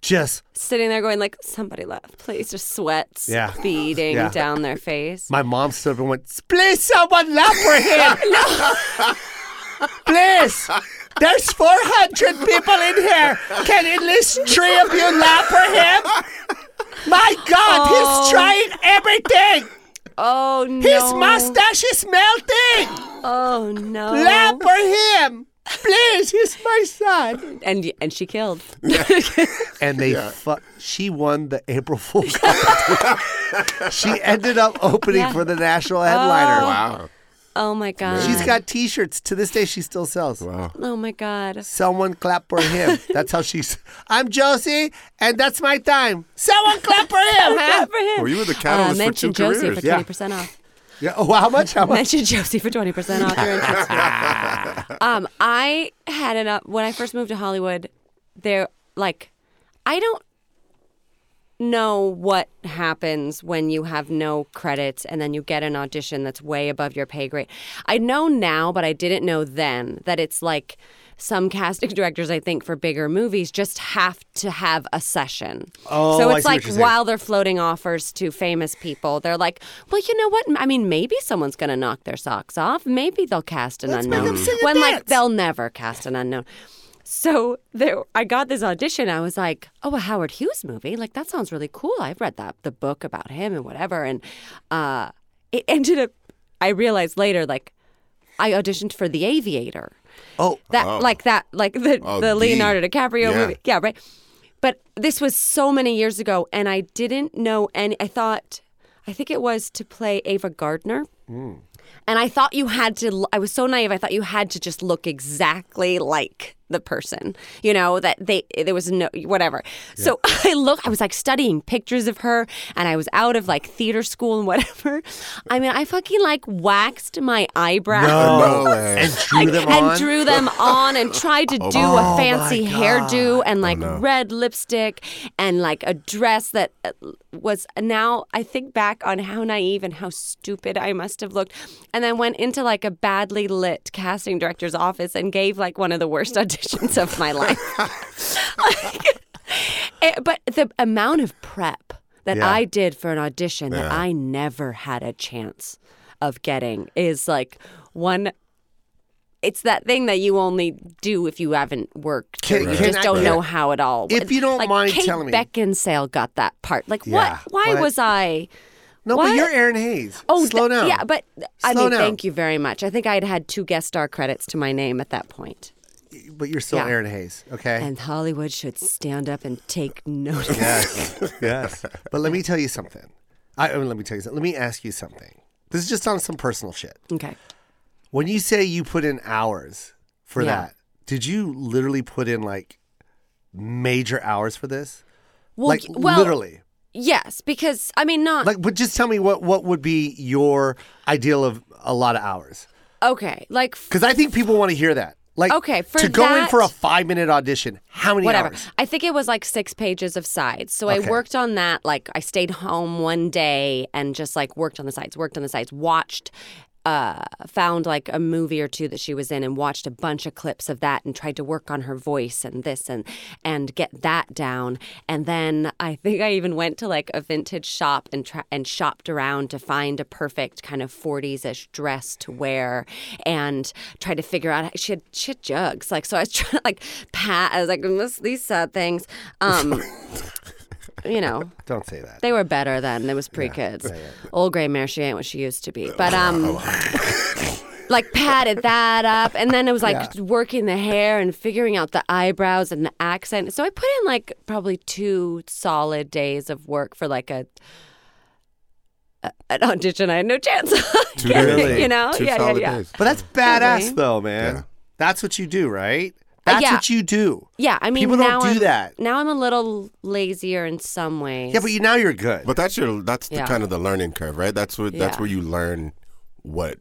Just
sitting there going like, somebody laugh, please. Just sweats
Yeah.
beading
Yeah.
down their face.
my mom stood up and went, "Please, someone laugh for him." Please. There's 400 people in here. Can at least three of you laugh for him? My God, he's trying everything.
oh no.
His mustache is melting.
Oh no.
Laugh for him. Please, he's my son.
And y- and she killed.
And they fu- she won the April Fool's competition. she ended up opening
Yeah.
for the national headliner.
Wow.
Oh my god.
She's got t-shirts to this day she still sells.
Wow.
Oh my god.
Someone clap for him. That's how she's. I'm Josie, and that's my time. Someone clap for him. huh?
Good for him.
Well, you were the
uh,
catalyst for
mention
two
Josie
careers.
for
Yeah.
twenty percent off.
Yeah. Oh, how much? How much?
Mention Josie for twenty percent off your entrance. um, I had an up when I first moved to Hollywood. There, like, I don't know what happens when you have no credits and then you get an audition that's way above your pay grade. I know now, but I didn't know then that it's like some casting directors, I think, for bigger movies just have to have a session.
Oh,
so
I
it's
see what
like
you're saying.
while they're floating offers to famous people, they're like, well, you know what? I mean, maybe someone's going to knock their socks off. Maybe they'll cast an unknown. When like they'll never cast an unknown. So there, I got this audition. I was like, "Oh, a Howard Hughes movie! Like that sounds really cool. I've read that the book about him and whatever." And uh, it ended up. I realized later, like, I auditioned for The Aviator.
Oh.
that like that like the
Oh,
the
the-
Leonardo DiCaprio
yeah.
movie. Yeah, right. But this was so many years ago, and I didn't know any. I thought, I think it was to play Ava Gardner. And I thought you had to, I was so naive, I thought you had to just look exactly like the person, you know, that they, there was no, whatever. So I look, I was like studying pictures of her and I was out of like theater school and whatever. I mean, I fucking like waxed my eyebrows.
No way.
and drew
Like,
them
and
on. Oh
drew them on and tried to do a fancy hairdo and like red lipstick and like a dress that uh, was now I think back on how naive and how stupid I must have looked and then went into like a badly lit casting director's office and gave like one of the worst auditions of my life Like, it- Eh, but the amount of prep that
Yeah.
I did for an audition that I never had a chance of getting is like one. It's that thing that you only do if you haven't worked.
Can-
or you
can
just
I-
don't
Right.
know how it all.
If you don't
like,
mind
Kate
telling me.
Beckinsale got that part. Like what?
Yeah,
Why
but-
was I?
no, but
What?
you're Aaron Hayes.
Oh,
slow
th-
down.
Yeah, but I
Slow
mean,
down.
thank you very much. I think I had had two guest star credits to my name at that point.
but you're still
yeah.
Aaron Hayes. Okay.
And Hollywood should stand up and take notice.
Yes. yes. But let me tell you something. I, I mean, let me tell you something. Let me ask you something. This is just on some personal shit.
Okay.
When you say you put in hours for
Yeah.
that, did you literally put in like major hours for this?
Well,
like
y- well,
literally.
Yes, because I mean, not
Like, but just tell me what what would be your ideal of a lot of hours?
okay, like f-
Because I think people want to hear that. Like,
Okay, for
to go in
that-
for a five minute audition, how many
whatever.
hours?
I think it was like six pages of sides. So
Okay.
I worked on that. Like I stayed home one day and just like worked on the sides, worked on the sides, watched. Uh, found like a movie or two that she was in and watched a bunch of clips of that and tried to work on her voice and this and and get that down and then I think I even went to like a vintage shop and tra- and shopped around to find a perfect kind of 40s-ish dress to wear and tried to figure out she had shit jugs like so I was trying to like pat I was like "This- these sad things um you know
Don't say that.
they were better then it was pre-kids old gray mare she ain't what she used to be but
Oh,
um like patted that up and then it was like working the hair and figuring out the eyebrows and the accent so i put in like probably two solid days of work for like a a- an audition i had no chance of
Two
getting,
days.
you know
Two
yeah
solid
yeah yeah
days.
But that's badass,
Totally.
though, man.
Yeah.
That's what you do, right? That's
Uh, yeah.
what you do.
yeah i mean
People don't
now
do
I'm,
that.
now i'm a little lazier in some ways
Yeah, but you, now you're good.
But that's your that's the
Yeah.
kind of the learning curve, right? That's what that's
Yeah.
where you learn what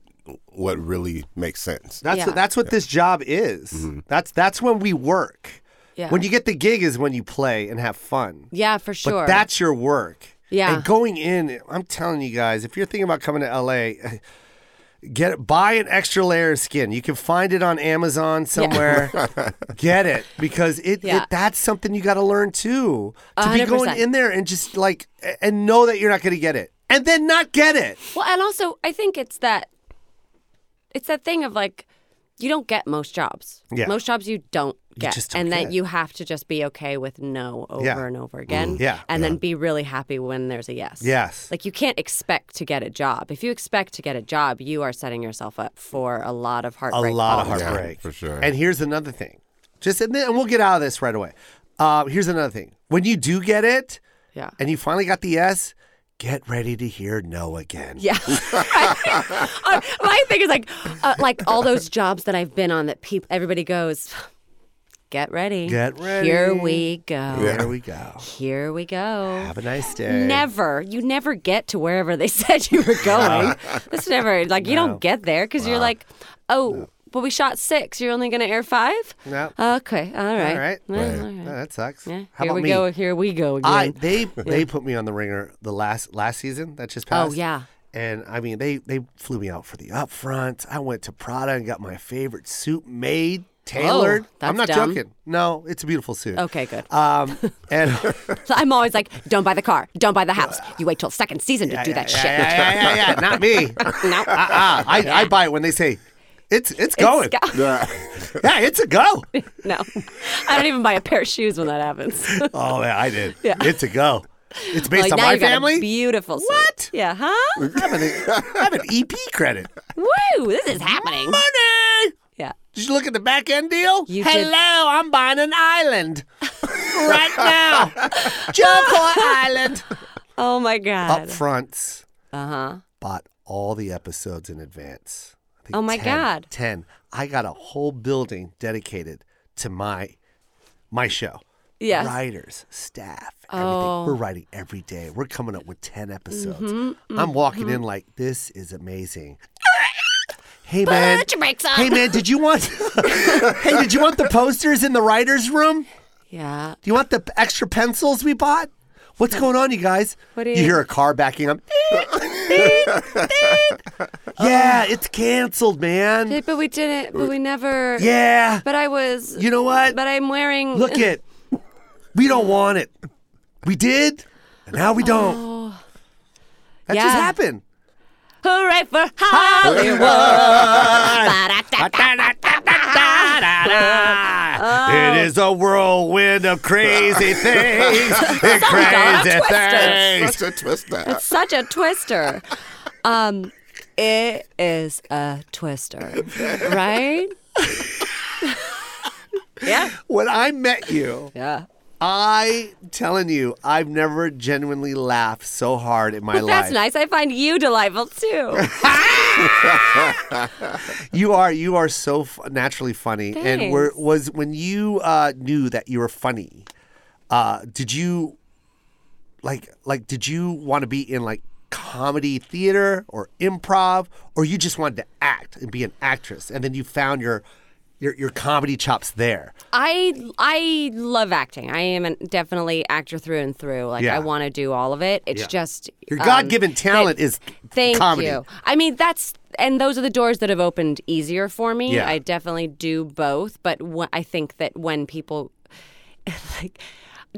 what really makes sense.
that's
yeah.
what, that's what this job is. That's that's when we work.
yeah.
When you get the gig is when you play and have fun.
yeah for sure
But that's your work.
Yeah.
And going in, I'm telling you guys, if you're thinking about coming to LA, get buy an extra layer of skin. You can find it on Amazon somewhere. get it because it,
Yeah.
it that's something you got to learn too. To be going
100%.
in there and just like a- and know that you're not going to get it, and then not get it.
Well, and also I think it's that it's that thing of like you don't get most jobs.
Yeah.
Most jobs you don't get.
just don't
and
get.
that you have to just be okay with no over
Yeah. Mm-hmm.
and over again.
Yeah.
And then be really happy when there's a yes.
Yes.
Like you can't expect to get a job. If you expect to get a job, you are setting yourself up for a lot of
a
heartbreak.
lot of
all the time.
heartbreak
for sure.
And here's another thing, just and, then, and we'll get out of this right away. Uh, here's another thing: when you do get it,
Yeah.
and you finally got the yes, get ready to hear no again.
Yeah. Uh, my thing is like, uh, like all those jobs that I've been on that peop everybody goes, get ready.
Get
Here
ready."
we go.
There we go.
Here we go.
Have a nice day.
Never, you never get to wherever they said you were going. That's never like you don't get there because you're like, oh, but we shot six. You're only gonna air five.
No.
Okay. All right.
All right.
Well, all
No,
right.
that sucks.
Yeah.
How
Here
about
we
me?
go. Here we go again.
I they they put me on the ringer the last last season that just
Oh,
passed.
yeah.
And I mean they they flew me out for the upfront. I went to Prada and got my favorite suit made, tailored. I'm not
Oh, that's dumb.
joking. No, it's a beautiful suit.
okay. Good.
Um and
So I'm always like, don't buy the car. Don't buy the house. You wait till second season to do that
yeah,
shit.
yeah, yeah, yeah, yeah, not me.
No.
Uh-uh. I, I buy it when they say it's it's going.
It's go-
Yeah.
yeah, it's a go.
no, I don't even buy a pair of shoes when that happens.
Oh yeah, I did. It's a go. It's based
like
on
now
my
you got a
family.
beautiful. suit.
What?
Yeah. Huh?
I have an- I have an EP credit.
Woo! This is happening.
Money.
Yeah.
Did you look at the back end deal?
You
Hello,
did-
I'm buying an island right now. Jumbo Island.
Oh my god.
Up fronts,
Uh huh.
bought all the episodes in advance. I think
Oh my
10,
God.
10. I got a whole building dedicated to my my show.
Yes.
Writers, staff, everything.
Oh.
We're writing every day. We're coming up with 10 episodes.
Mm-hmm,
I'm walking in like, this is amazing. Hey man,
your brakes on.
hey man, did you want? hey, did you want the posters in the writers' room?
Yeah.
Do you want the extra pencils we bought? What's going on, you guys?
What do
you
you-
hear a car backing up. yeah, it's canceled, man.
Did- But we didn't. But we never.
Yeah.
But I was.
You know what?
But I'm wearing.
Look it. We don't want it. We did, and now we don't.
Oh.
That
Yeah.
just happened.
Hooray for Hollywood! Oh.
It is a whirlwind of crazy things. crazy things.
Such a twist that.
Such a twister. Um, it is a twister, right? yeah.
When I met you,
Yeah.
I telling you, I've never genuinely laughed so hard in my
That's
life.
nice. I find you delightful too.
You are you are so f- naturally funny, and were,
Thanks.
was when you uh, knew that you were funny. Uh, did you like like did you want to be in like comedy theater or improv, or you just wanted to act and be an actress, and then you found your your, your comedy chops there?
I I love acting. I am an, definitely actor through and through. Like
Yeah.
I want to do all of it. It's
Yeah.
just
Your
um,
God given talent
that-
is
Thank
comedy.
you. I mean, that's and those are the doors that have opened easier for me.
Yeah.
I definitely do both, but wh- I think that when people like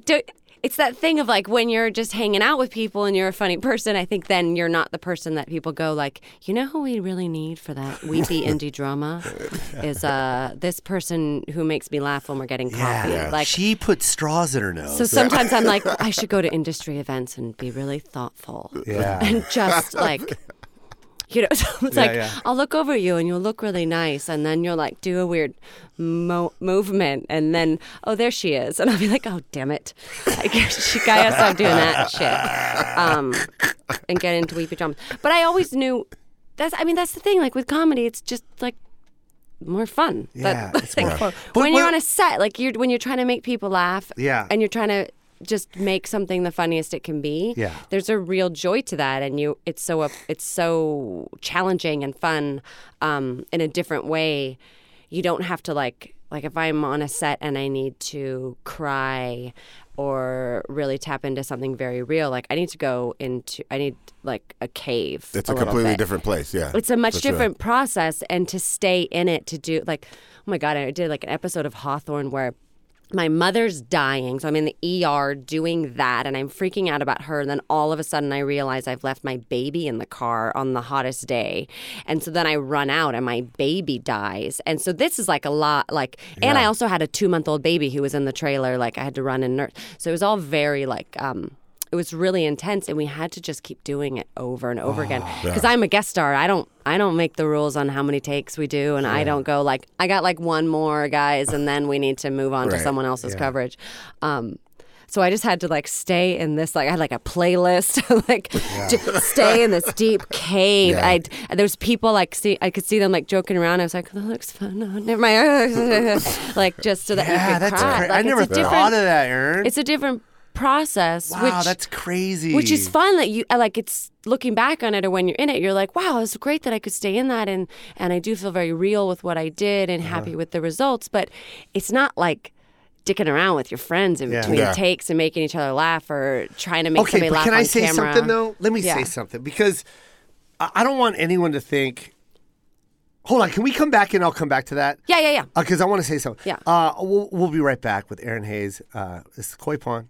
do, it's that thing of like when you're just hanging out with people and you're a funny person, I think then you're not the person that people go like, you know who we really need for that weepy indie drama is uh this person who makes me laugh when we're getting coffee. Like
she put straws in her nose.
so sometimes I'm like, I should go to industry events and be really thoughtful.
Yeah.
And just like, you know, so it's like,
yeah.
I'll look over you and you'll look really nice. And then you'll like do a weird mo- movement. And then, oh, there she is. And I'll be like, oh, damn it. I guess she got to stop doing that shit um, and get into weepy drama. But I always knew that's, I mean, that's the thing. Like with comedy, it's just like, more fun.
Yeah,
That-
it's more fun. But
when you're
what-
on a set, like you're when you're trying to make people laugh,
Yeah.
and you're trying to just make something the funniest it can be.
Yeah.
there's a real joy to that, and you it's so up, it's so challenging and fun um, in a different way. You don't have to like like if I'm on a set and I need to cry or really tap into something very real, like I need to go into I need like a cave.
It's a,
little
completely
bit.
different place. Yeah,
It's a much
for sure.
different process, and to stay in it, to do like, oh my god, I did like an episode of Hawthorne where my mother's dying, so I'm in the ER doing that, and I'm freaking out about her. And then all of a sudden, I realize I've left my baby in the car on the hottest day, and so then I run out, and my baby dies, and so this is like a lot, like, and I also had a two month old baby who was in the trailer, like I had to run and nurse, so it was all very like. um it was really intense and we had to just keep doing it over and over again
Ah,
because i'm a guest star i don't i don't make the rules on how many takes we do and i don't go like i got like one more guys and then we need to move on to
Right.
someone else's coverage um so I just had to like stay in this like I had like a playlist like to stay in this deep cave.
Yeah.
I'd and there was people like see I could see them like joking around. I was like, oh, that looks fun. Oh, never mind. like just so that you
yeah,
could
Ah, that's
cry.
cra-
Like,
I
it's
never
a different-
thought of that, Aaron.
It's a different process.
wow,
which,
that's crazy.
which is fun that you uh, like it's looking back on it or when you're in it you're like wow it's great that i could stay in that and and i do feel very real with what i did
Uh-huh.
and happy with the results but it's not like dicking around with your friends in between
Yeah.
takes and making each other laugh or trying to make
okay,
somebody
but
laugh
can
on
I say
camera.
something though? Let me say
Yeah.
something because I I don't want anyone to think. Hold on, can we come back and I'll come back to that?
yeah yeah yeah
Because Uh, I want to say something.
Yeah.
Uh, we'll, we'll be right back with Aaron Hayes. Uh, it's the Koi Pond.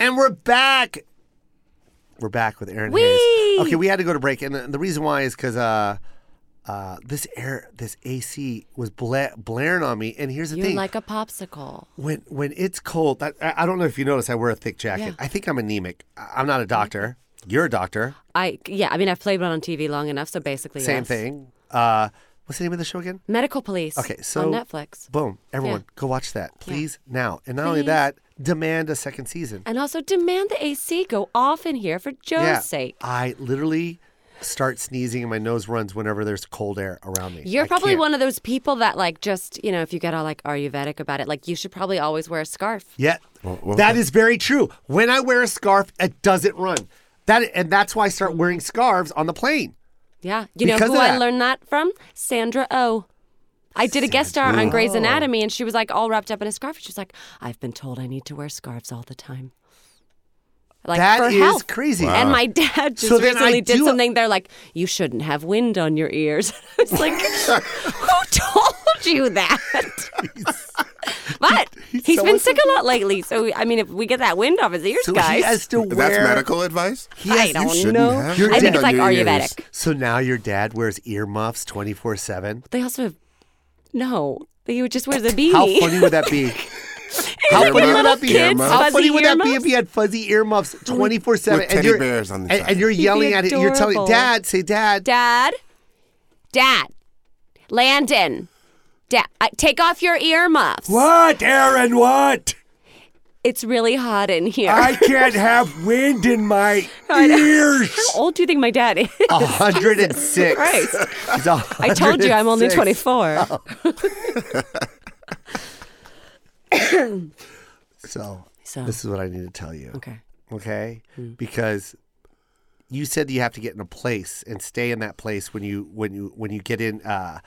And we're back. We're back with Aaron Hayes. Okay, we had to go to break, and the, the reason why is because uh, uh, this air, this AC was bla- blaring on me. And here's the
you're
thing:
like a popsicle
when when it's cold, that, I, I don't know if you notice, I wear a thick jacket.
Yeah.
I think I'm anemic. I- I'm not a doctor. You're a doctor.
i yeah i mean i've played one on tv long enough so basically
Same
yes.
thing. Uh, What's the name of the show again?
Medical Police.
Okay, so
on Netflix.
Boom! Everyone,
Yeah.
go watch that, please now. And not only
Please.
that, demand a second season.
And also demand the AC go off in here for Joe's
yeah,
sake.
I literally start sneezing and my nose runs whenever there's cold air around me.
You're
I
probably
can't.
one of those people that like just, you know, if you get all like Ayurvedic about it, like you should probably always wear a scarf.
Yeah,
well-
that is very true. When I wear a scarf, it doesn't run. That and that's why I start wearing scarves on the plane.
Yeah. You know
Because
who
of
I
that.
learned that from? Sandra Oh. I did a guest star on
Oh.
Grey's Anatomy and she was like all wrapped up in a scarf. She was like, I've been told I need to wear scarves all the time. Like
That
for
is
health.
crazy.
And my dad just
So then I
recently did
do-
something. They're like, you shouldn't have wind on your ears. I was like, who told you that? but he's been sick a lot lately. So, I mean, if we get that wind off his ears,
So
guys.
he has to
That's
wear.
medical advice?
I
you
don't
shouldn't
know.
have
Your
I think
dad
it's like
on your ears.
Ayurvedic.
So now your dad wears earmuffs twenty four seven.
They also have no. He would just wear the beanie.
How funny would that be? How
Like when
Earmuffs?
little
Earmuffs?
kids,
How
How
fuzzy
funny would that be if
earmuffs?
you had fuzzy earmuffs 24 7
With teddy bears on the
and,
side.
and you're
be
yelling at it? You're telling,
adorable.
Dad, say Dad.
Dad, Dad, Landon, Dad, I- take off your earmuffs.
What, Aaron? What?
It's really hot in here.
can't have wind in my ears.
How old do you think my dad is?
106.
Christ.
He's a
I told you I'm only
106.
24.
So,
So-
this is what I need to tell you.
Okay.
okay?
Hmm.
Because you said you have to get in a place and stay in that place when you when you when you get in uh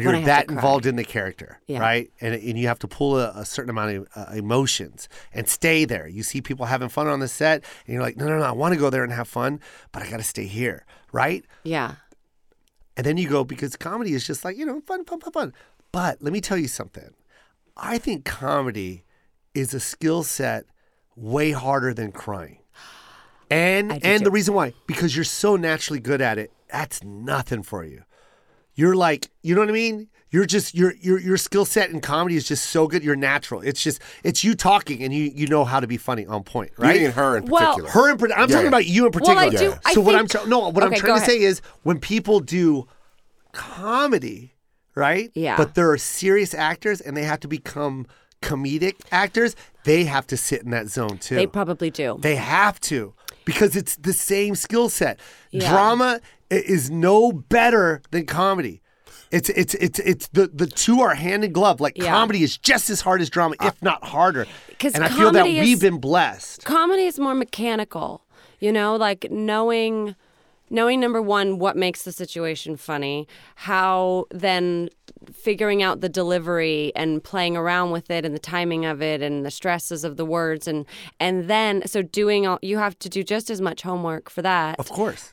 Like when I
you're
have to
that
cry.
involved in the character,
Yeah.
right? And and you have to pull a, a certain amount of uh, emotions and stay there. You see people having fun on the set and you're like, "No, no, no, I want to go there and have fun, but I got to stay here." Right?
Yeah.
And then you go because comedy is just like, you know, fun, fun, fun, fun. But let me tell you something. I think comedy is a skill set way harder than crying. And
I do
and the
too.
reason why because you're so naturally good at it, that's nothing for you. You're like, you know what I mean? You're just your your your skill set in comedy is just so good. You're natural. It's just it's you talking and you you know how to be funny on point,
You
right?
mean her in
Well,
particular.
Her in particular. I'm talking
yeah.
about you in
Well,
particular.
I do. I
so what
think-
I'm tra- no, what
Okay,
I'm
go
trying to
ahead.
say is when people do comedy, right?
Yeah.
But they're serious actors and they have to become comedic actors. They have to sit in that zone too.
They probably do.
They have to because it's the same skill set.
Yeah.
Drama i- is no better than comedy. It's it's it's it's the the two are hand in glove. Like
Yeah. Uh,
comedy is just as hard as drama, if not harder.
'Cause
And I feel that
comedy is-
we've been blessed.
comedy is more mechanical you know like knowing knowing number one what makes the situation funny how then figuring out the delivery and playing around with it and the timing of it and the stresses of the words and and then so doing all you have to do just as much homework for that
Of course.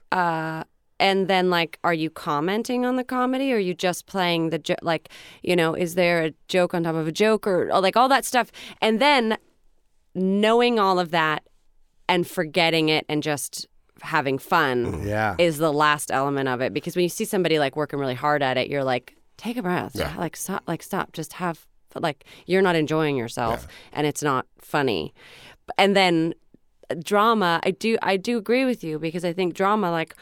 and then like are you commenting on the comedy or are you just playing the jo- like you know is there a joke on top of a joke or or, like all that stuff and then knowing all of that and forgetting it and just having fun
Yeah.
is the last element of it because when you see somebody like working really hard at it you're like take a breath like stop like stop just have like you're not enjoying yourself and it's not funny and then drama i do i do agree with you because i think drama like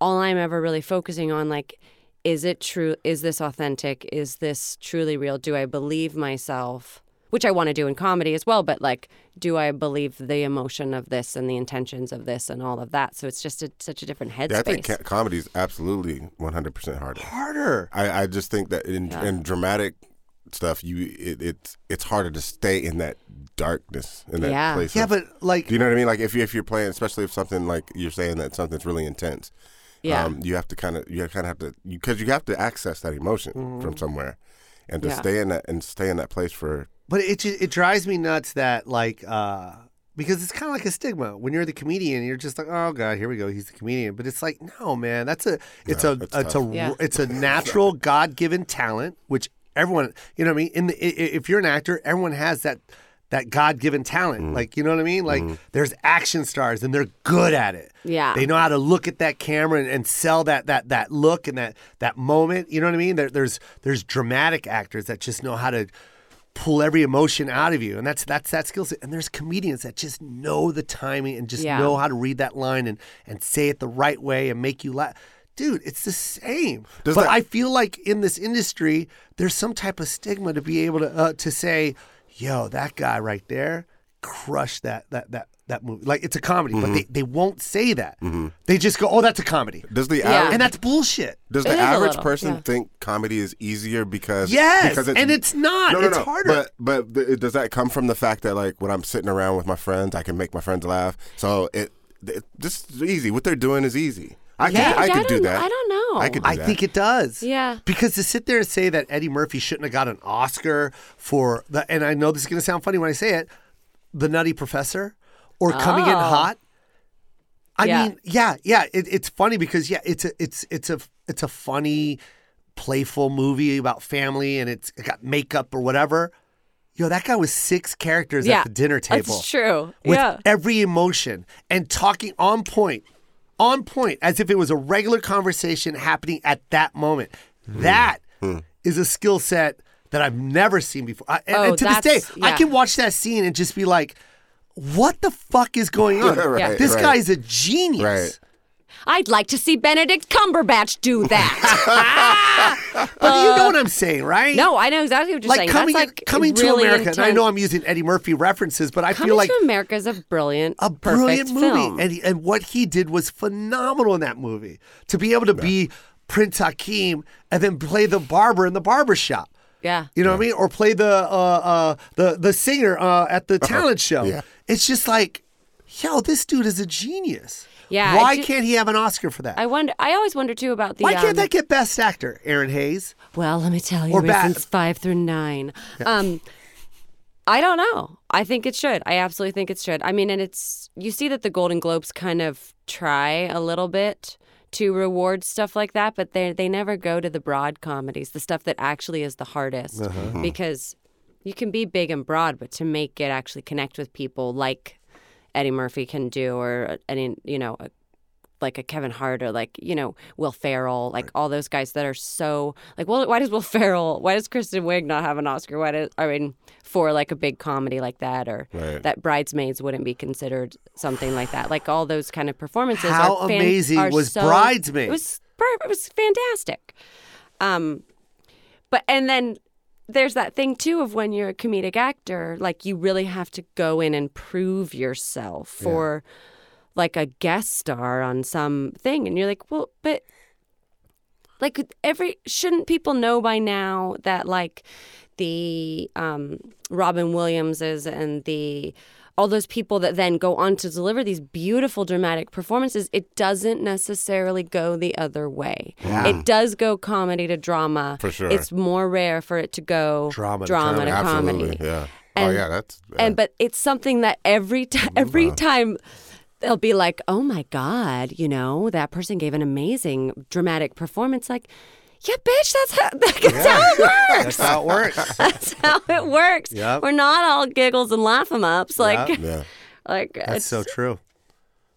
all i'm ever really focusing on like is it true is this authentic is this truly real do i believe myself which i want to do in comedy as well but like do i believe the emotion of this and the intentions of this and all of that so it's just a, such a different headspace
Yeah, I think
uh,
ca- comedy is absolutely 100% harder.
harder.
I, I just think that in, in dramatic stuff, you it, it's it's harder to stay in that darkness in that
Yeah.
place.
Yeah,
of-
but like
do you know what I mean? Like if you if you're playing, especially if something like you're saying that something's really intense,
yeah
um, you have to kind of you kind of have to because you, have to access that emotion
Mm-hmm.
from somewhere, and to
Yeah.
stay in that and stay in that place for
But it ju- it drives me nuts that like uh because it's kind of like a stigma when you're the comedian you're just like oh god here we go he's the comedian but it's like no man that's a it's a
that's
it's a
tough.
Yeah.
it's a natural god given talent which everyone you know what I mean in the, i- i- if you're an actor everyone has that that god given talent
Mm-hmm.
like you know what I mean like there's action stars and they're good at it
Yeah.
they know how to look at that camera and, and sell that that that look and that that moment you know what I mean there, there's there's dramatic actors that just know how to pull every emotion out of you and that's that's that skill set and there's comedians that just know the timing and just
Yeah.
know how to read that line and and say it the right way and make you laugh dude, it's the same.
Does
but
that-
I feel like in this industry, there's some type of stigma to be able to uh, to say, "Yo, that guy right there crushed that that that that movie." Like it's a comedy,
Mm-hmm.
but they, they won't say that. They just go, "Oh, that's a comedy,"
Does the
Yeah.
average
and that's bullshit.
does
It
the
is a
average
little,
person
yeah.
think comedy is easier because
Yes,
because
and it's not.
No, no,
it's
no.
harder.
But but th- does that come from the fact that like when I'm sitting around with my friends, I can make my friends laugh. So it, it this is easy. What they're doing is easy. I
Yeah.
can I
Yeah, I
could do
don't-
that.
I don't know.
I could. Do
I
that.
think it does.
Yeah.
Because to sit there and say that Eddie Murphy shouldn't have got an Oscar for the, and I know this is going to sound funny when I say it, The Nutty Professor or Coming in
Oh.
Hot. I
Yeah.
mean, yeah, yeah, it, it's funny because yeah, it's a it's it's a it's a funny, playful movie about family and it's it got makeup or whatever. Yo, that guy was six characters
yeah.
at the dinner table
That's true.
with
yeah.
every emotion and talking on point, on point, as if it was a regular conversation happening at that moment.
Hmm.
That is a skill set that I've never seen before. I, and,
Oh,
and to this day,
that's-
I
yeah.
can watch that scene and just be like, what the fuck is going on?
Right,
Yeah.
This
right.
guy's a genius.
Right.
I'd like to see Benedict Cumberbatch do that.
But you know what I'm saying, right?
Uh, no, I know exactly what you're
Like
saying.
coming,
That's like
coming to
really
America, and I
intense.
know I'm using Eddie Murphy references, but I
Coming
feel like
to America is a brilliant,
a
perfect
brilliant movie,
film.
and he- and what he did was phenomenal in that movie. To be able to be Prince Hakim and then play the barber in the barber shop,
yeah.
you know what I mean, or play the uh, uh, the the singer uh, at the talent show.
Yeah.
It's just like, yo, this dude is a genius.
Yeah, I
why
ju-
can't he have an Oscar for that?
I wonder. I always wonder too about the.
why
um,
can't that get Best Actor? Aaron Hayes.
Well, let me tell you,
Or bat-
reasons five through nine. Um, I don't know. I think it should. I absolutely think it should. I mean, and it's you see that the Golden Globes kind of try a little bit to reward stuff like that, but they they never go to the broad comedies, the stuff that actually is the hardest,
Uh-huh.
because you can be big and broad, but to make it actually connect with people like Eddie Murphy can do, or any you know, a, like a Kevin Hart or like you know Will Ferrell, like all those guys that are so like. Well, why does Will Ferrell? Why does Kristen Wiig not have an Oscar? Why does I mean for like a big comedy like that or
Right.
that Bridesmaids wouldn't be considered something like that? Like all those kind of performances.
How
are fan-
amazing
are
was
so-
Bridesmaids?
It was per- it was fantastic. Um, but and then there's that thing too of when you're a comedic actor, like you really have to go in and prove yourself for like a guest star on some thing, and you're like, well, but like every shouldn't people know by now that like the um, Robin Williamses and the all those people that then go on to deliver these beautiful dramatic performances, it doesn't necessarily go the other way. It does go comedy to drama.
For sure.
It's more rare for it to go
Drama to
drama to comedy.
Absolutely. Yeah. oh
And-
yeah. That's
And but it's something that every ti every
Uh-huh.
time they'll be like, "Oh my god, you know that person gave an amazing dramatic performance." Like, yeah, bitch, that's how, that's how it works.
That's how it works.
That's how it works.
Yep.
We're not all giggles and laugh 'em ups. Like,
yeah.
like
That's
it's,
so true.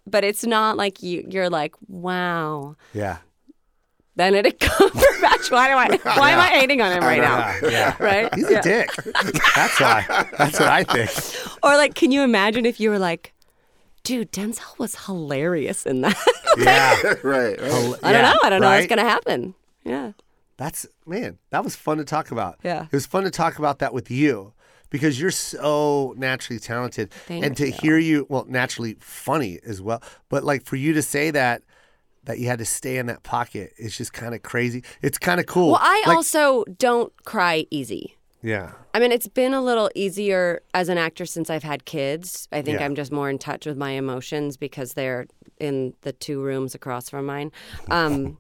but it's not like you. You're like, wow.
Yeah.
Benedict Cumberbatch. Why do I? Why am I hating on him right now?
Yeah.
Right?
He's
Yeah.
a dick. That's why. That's what I think.
Or like, can you imagine if you were like, dude, Denzel was hilarious in that.
Yeah.
Right. right.
Oh.
I don't know. I don't know what's
right?
gonna happen. Yeah.
That's man, that was fun to talk about.
Yeah.
It was fun to talk about that with you because you're so naturally talented.
Thank
and to
you.
hear you well, naturally funny as well. But like for you to say that that you had to stay in that pocket it's just kind of crazy. It's kind of cool.
Well, I
Like-
also don't cry easy.
Yeah.
I mean, it's been a little easier as an actor since I've had kids. I think
Yeah.
I'm just more in touch with my emotions because they're in the two rooms across from mine. Um,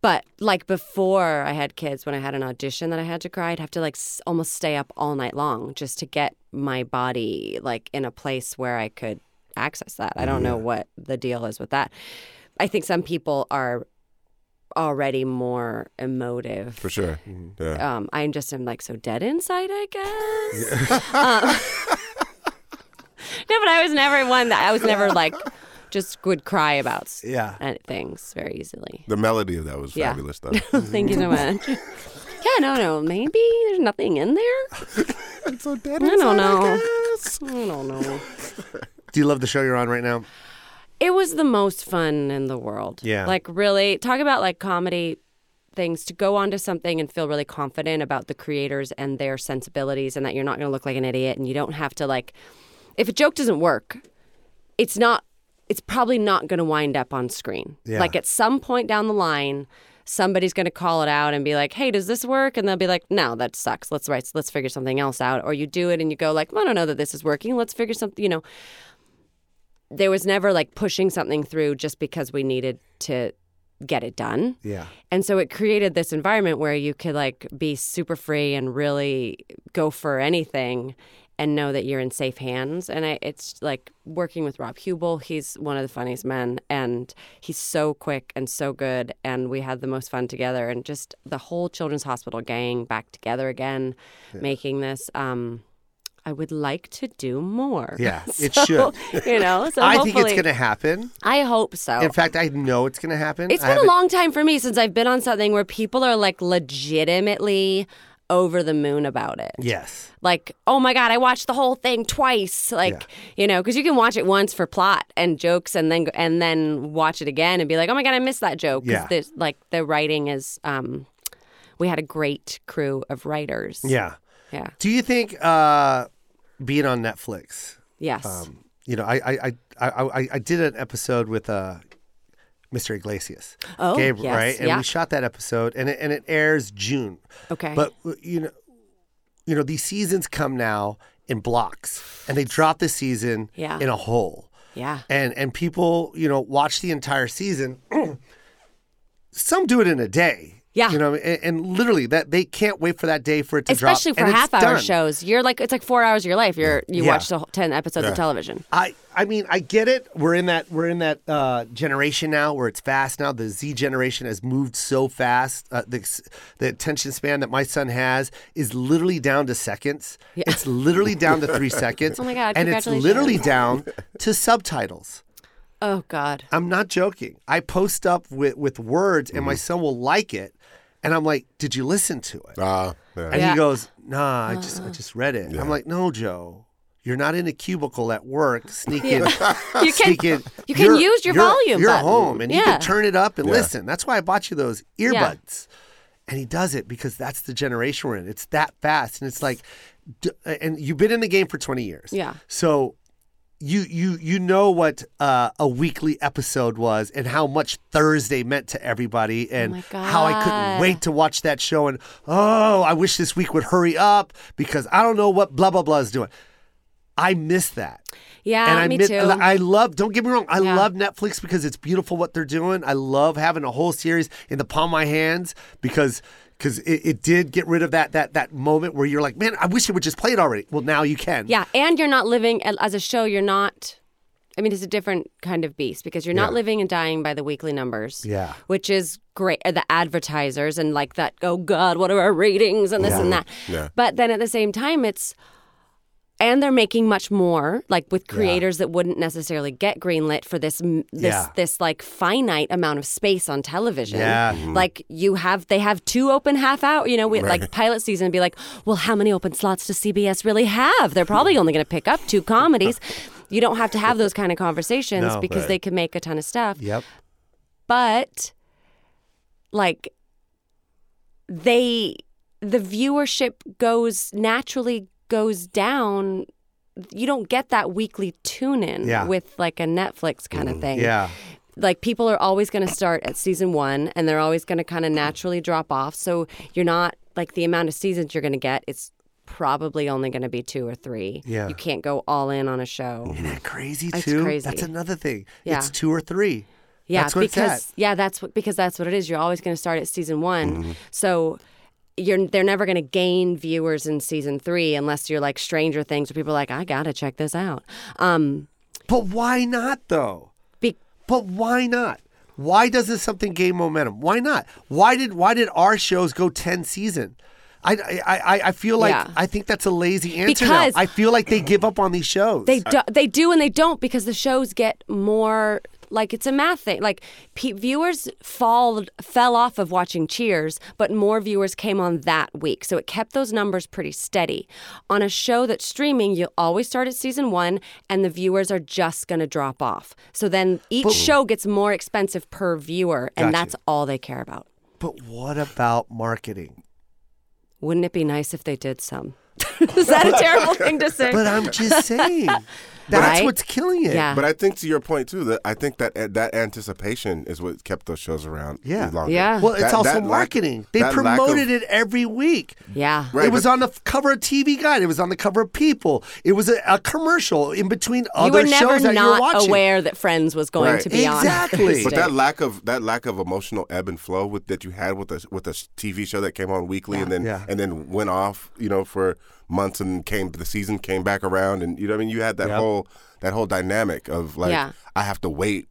but like before I had kids, when I had an audition that I had to cry, I'd have to like s- almost stay up all night long just to get my body like in a place where I could access that. I don't know what the deal is with that. I think some people are already more emotive
For sure.
Mm-hmm.
Yeah.
um, I'm just am like so dead inside, I guess. um, no, but I was never one that I was never like just would cry about s-
Yeah.
uh, things very easily.
The melody of that was
Yeah.
fabulous, though.
Mm-hmm.
Thank you so much. yeah, no, no, maybe there's nothing in there.
so dead
I don't
inside,
know.
guess.
I don't know.
Do you love the show you're on right now?
it was the most fun in the world.
Yeah.
Like really talk about like comedy things to go onto something and feel really confident about the creators and their sensibilities and that you're not going to look like an idiot and you don't have to like if a joke doesn't work, it's not it's probably not going to wind up on screen.
Yeah.
Like at some point down the line, somebody's going to call it out and be like, "Hey, does this work?" and they'll be like, "No, that sucks. Let's write let's figure something else out." Or you do it and you go like, "I don't know that this is working. Let's figure something, you know." There was never like pushing something through just because we needed to get it done.
Yeah.
And so it created this environment where you could like be super free and really go for anything and know that you're in safe hands. And I, it's like working with Rob Hubel, he's one of the funniest men and he's so quick and so good. And we had the most fun together and just the whole Children's Hospital gang back together again, making this. Um, I would like to do more.
Yeah, it
So,
should.
You know, so
I think
hopefully,
it's going to happen.
I hope so.
In fact, I know it's going to happen.
It's
I
been a
haven't-
long time for me since I've been on something where people are like legitimately over the moon about it.
Yes.
Like, oh my God, I watched the whole thing twice. Like, you know, because you can watch it once for plot and jokes and then and then watch it again and be like, oh my God, I missed that joke. 'Cause
Yeah.
there's- like the writing is, um, we had a great crew of writers.
Yeah.
Yeah.
Do you think uh, being on Netflix?
Yes.
Um, you know, I I, I I I I did an episode with uh, Mr. Iglesias.
Oh,
Gabe,
yes,
right? And
yeah.
we shot that episode, and it, and it airs June.
okay.
But uh, you know, you know these seasons come now in blocks, and they drop the season
Yeah.
in a hole
yeah.
and and people you know watch the entire season some do it in a day
Yeah.
you know what I mean? and, and literally that they can't wait for that day for it to
Especially
drop and
for
it's
half hour
done.
shows. You're like, it's like four hours of your life. You're, you
Yeah.
watch the whole 10 episodes of television.
I, I mean I get it. We're in that we're in that uh, generation now where it's fast now. The Z generation has moved so fast. Uh, the s- the attention span that my son has is literally down to seconds. It's literally down to three seconds.
Oh my God,
And it's
congratulations.
literally down to subtitles.
Oh God.
I'm not joking. I post up with, with words and my son will like it. And I'm like, did you listen to it?
Ah, yeah.
And
Yeah. Uh-uh.
he goes, nah, I just I just read it. I'm like, no, Joe, you're not in a cubicle at work sneaking.
You can
sneaking.
you can
You're-
use your
you're-
volume
You're
button.
home and you
Yeah.
can turn it up and listen. That's why I bought you those earbuds. And he does it because that's the generation we're in. It's that fast, and it's like, d- and you've been in the game for 20 years.
Yeah.
So you you you know what uh, a weekly episode was and how much Thursday meant to everybody and
Oh my
how I couldn't
God.
wait to watch that show and oh I wish this week would hurry up because I don't know what blah blah blah is doing. I miss that.
Yeah,
and I
Ah, me
miss,
too.
I love. Don't get me wrong. I
Yeah.
love Netflix because it's beautiful what they're doing. I love having a whole series in the palm of my hands because because it, it did get rid of that that that moment where you're like, man, I wish it would just play it already. Well, now you can.
yeah, and you're not living as a show. You're not. I mean, it's a different kind of beast because you're not living and dying by the weekly numbers.
Yeah.
which is great. uh, The advertisers and like that. Oh God, what are our ratings and this and that.
Yeah.
But then at the same time, it's and they're making much more like with creators that wouldn't necessarily get greenlit for this m- this
Yeah.
this like finite amount of space on television
Yeah. Mm-hmm.
like you have they have two open half hour you know with like pilot season be like well how many open slots does cbs really have they're probably only going to pick up two comedies you don't have to have those kind of conversations
No,
because
right.
they can make a ton of stuff
Yep.
but like they the viewership goes naturally goes down you don't get that weekly tune in
Yeah. Mm-hmm.
with like a netflix kind of thing
Yeah.
like people are always going to start at season one and they're always going to kind of naturally drop off so you're not like the amount of seasons you're going to get it's probably only going to be two or three
Yeah. Mm.
you can't go all in on a show
Isn't that crazy
It's
too?
crazy.
That's another thing.
Yeah.
It's two or three.
yeah
That's what it's
because
at. Mm-hmm.
yeah that's what because that's what it is you're always going to start at season one so you're they're never going to gain viewers in season three unless you're like stranger things where people are like i gotta check this out um
But why not though?
be-
But why not? Why doesn't something gain momentum? Why not? Why did why did our shows go ten season? I, I, I, I feel like
Yeah.
I think that's a lazy answer. now.
Because-
I feel like they give up on these shows.
They do, they do and they don't because the shows get more like it's a math thing. Like pe- viewers fall fell off of watching Cheers, but more viewers came on that week, so it kept those numbers pretty steady. On a show that's streaming, you always start at season one, and the viewers are just going to drop off. So then each show gets more expensive per viewer, and
Gotcha.
that's all they care about.
but what about marketing?
Wouldn't it be nice if they did some? Is that a terrible thing to say?
But I'm just saying, that's
Right?
what's killing it.
yeah.
But I think to your point too that I think that eh, that anticipation is what kept those shows around.
Yeah.
longer.
Yeah.
Well, it's
That-
also
that lack-
marketing. they
that lack of-
promoted it every week.
yeah.
Right,
it was
but-
on the f- cover of TV Guide. It was on the cover of People. It was a, a commercial in between
you
other
were never
shows that you were
not
watching.
aware that Friends was going
Right.
to be on.
Exactly.
this
But that
day.
lack of that lack of emotional ebb and flow with that you had with a with a TV show that came on weekly and then
Yeah.
and then went off, you know, for months and came the season came back around and you know what I mean you had that whole that whole dynamic of like
Yeah.
I have to wait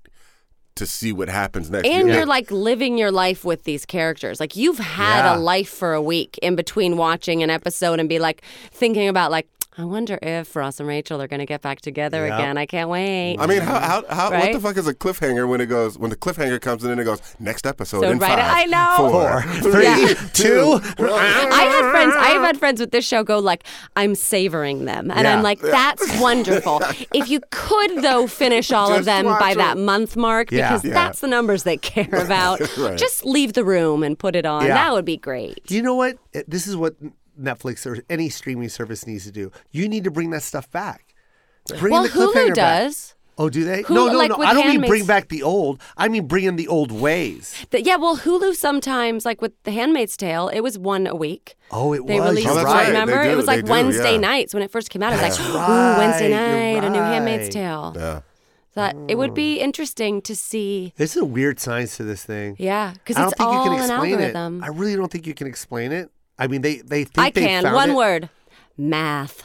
to see what happens next.
and
Yeah.
you're like living your life with these characters. Like you've had a
Yeah.
life for a week in between watching an episode and be like thinking about like, I wonder if Ross and Rachel are going to get back together again. I can't wait.
I mean, how, how, how what the
Right?
fuck is a cliffhanger when it goes when the cliffhanger comes in and it goes next episode
So
in
right- I
five,
know.
four, three,
Yeah.
two,
I had friends. I have had friends with this show go like, "I'm savoring them," and
Yeah.
I'm like, "That's wonderful." if you could though finish all of
Just
them
watch
by
them.
that month mark,
Yeah.
because
Yeah.
that's the numbers they care about.
Right.
Just leave the room and put it on.
Yeah.
That would be great.
Do you know what? Uh, This is what Netflix or any streaming service needs to do. You need to bring that stuff back. Bring
well,
the
Hulu
cliffhanger back.
does.
Oh, do they?
Hulu-
no, no,
like
no.
with
I don't mean
Handmaid's-
bring back the old. I mean bring in the old ways.
Th- yeah, well, Hulu sometimes, like with The Handmaid's Tale, it was one a week.
Oh, it
They
was.
released
Oh,
You're
that's
it.
right.
right.
Remember,
They do,
it was
they
like
do,
Wednesday
yeah.
nights when it first came out. It was
That's
like,
right,
ooh, Wednesday
you're
night, a new Handmaid's
right. Hmm.
Tale.
Yeah.
That it would be interesting to see
This is a weird science to this thing.
Yeah, because
I don't
it's
think
all
you can
an
explain
algorithm.
it. I really don't think you can explain it. I mean, they they think
I
they
can.
found
One
it.
word. Math.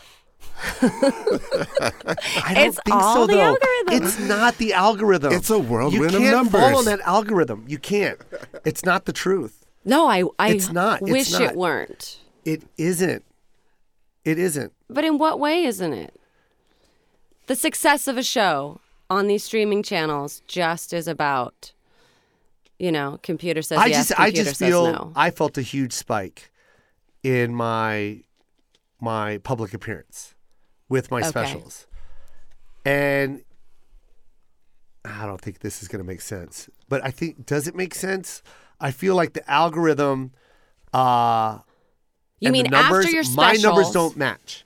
I don't
It's
think so
all the
though.
algorithm.
It's not the algorithm.
It's a whirlwind
you
of
can't
numbers.
fall on that algorithm. You can't. It's not the truth.
No, I, I
It's not. It's
wish
not.
it weren't.
It isn't. It isn't.
But in what way isn't it? The success of a show on these streaming channels just is about, you know, computer says
I
yes,
just I
computer
just
says
feel
no.
I felt a huge spike in my my public appearance with my
Okay.
specials. And I don't think this is going to make sense. But I think does it make sense? I feel like the algorithm uh
you
and
mean
the numbers,
after your
my
specials,
numbers don't match.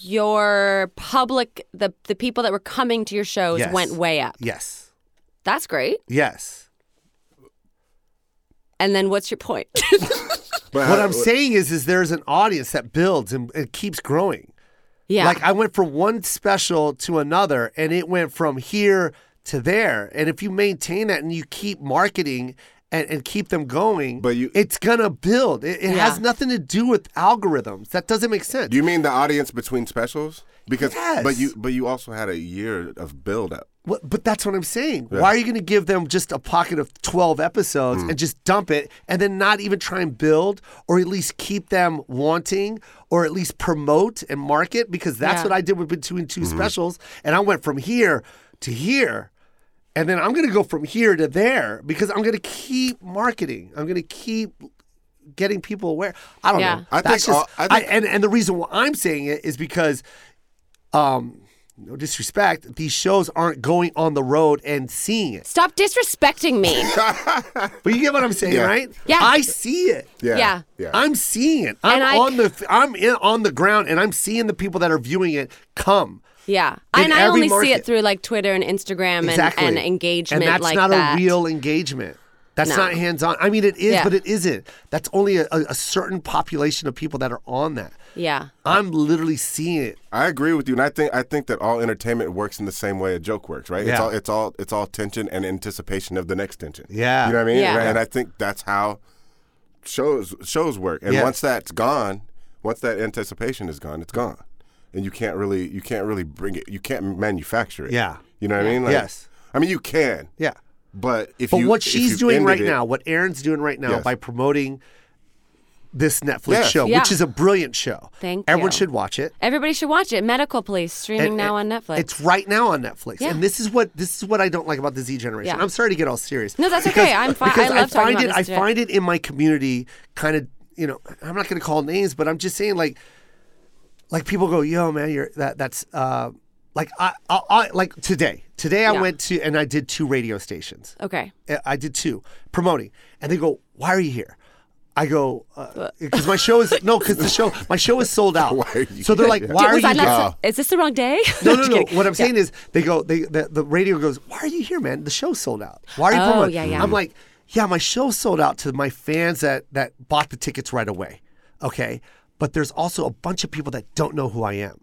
your public, the, the people that were coming to your shows
Yes.
went way up.
Yes.
That's great.
Yes.
And then what's your point?
But
What
how-
I'm saying is is there's an audience that builds and it keeps growing.
yeah.
Like I went from one special to another and it went from here to there. And if you maintain that and you keep marketing and, and keep them going,
But you-
it's gonna build. It, it has
Yeah.
nothing to do with algorithms. That doesn't make sense.
You mean the audience between specials? Because
Yes.
but you but you also had a year of build up.
Wha- but that's what I'm saying. Why are you gonna give them just a pocket of twelve episodes and just dump it and then not even try and build or at least keep them wanting or at least promote and market? Because that's
Yeah.
what I did with between 2 specials and I went from here to here. And then I'm going to go from here to there because I'm going to keep marketing. I'm going to keep getting people aware. I don't
Yeah.
know.
I
That's
think
just,
all- I think-
and and the reason why I'm saying it is because, um, no disrespect, these shows aren't going on the road and seeing it.
Stop disrespecting me.
But you get what I'm saying,
Yeah.
right?
Yeah.
I see it.
Yeah.
Yeah.
Yeah.
I'm seeing it. I'm
And I-
on the I'm in, on the ground and I'm seeing the people that are viewing it come.
Yeah,
in
and I
every
only see
market.
it through like Twitter and Instagram and,
exactly.
and engagement
And that's
like
not
that.
a real engagement. That's
No.
not hands on. I mean, it is,
Yeah.
but it isn't. That's only a, a a certain population of people that are on that.
Yeah,
I'm literally seeing it.
I agree with you, and I think I think that all entertainment works in the same way a joke works, right? It's
Yeah.
all it's all it's all tension and anticipation of the next tension.
Yeah.
you know what I mean.
Yeah.
Right? And I think that's how shows shows work. And
Yeah.
once that's gone, once that anticipation is gone, it's gone, and you can't really you can't really bring it. You can't manufacture it.
Yeah.
you know what I mean. Like,
Yes.
I mean you can.
Yeah.
but if
But
you
what
if
she's
you've
doing
ended
right
it-
now, what Aaron's doing right now
Yes.
by promoting this Netflix
Yeah.
show,
Yeah.
which is a brilliant show.
Thank
Everyone
you.
should watch it.
Everybody should watch it. Medical Police streaming
And-
now
and
on Netflix.
It's right now on Netflix.
Yeah.
And this is what this is what I don't like about the Z generation.
Yeah.
I'm sorry to get all serious.
No, that's okay. I'm fine.
Because
I love talking
find
about
it
this
I
today.
find it in my community kind of, you know, I'm not going to call names, but I'm just saying like like people go, "Yo, man, you're that that's uh like I, I, I like today. Today I
Yeah.
went to and I did two radio stations.
okay.
I- I did too, promoting. And they go, "Why are you here?" I go, "Because my show is no, because the show my show is sold out."
Why are you
so they're like, "Why
Did-
are
was
you
I
here?"
not- Is this the wrong day?
No, no,
Just
no.
kidding.
What I'm
Yeah.
saying is, they go, they the, the radio goes, "Why are you here, man? The show's sold out. Why are you
Oh,
promoting?"
yeah, yeah.
I'm like, "Yeah, my show's sold out to my fans that that bought the tickets right away." Okay, but there's also a bunch of people that don't know who I am,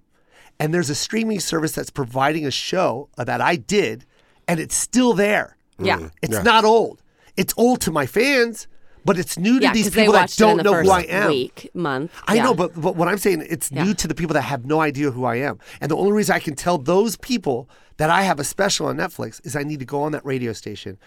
and there's a streaming service that's providing a show uh, that I did, and it's still there.
Mm. Yeah.
It's not old. It's old to my fans, but it's new to
Yeah,
these
'cause they
people that
watched it in
don't
the
know
first
who I am.
Week, month.
I
Yeah.
know, but but what I'm saying, it's new to the people that have no idea who I am. And the only reason I can tell those people that I have a special on Netflix is I need to go on that radio station.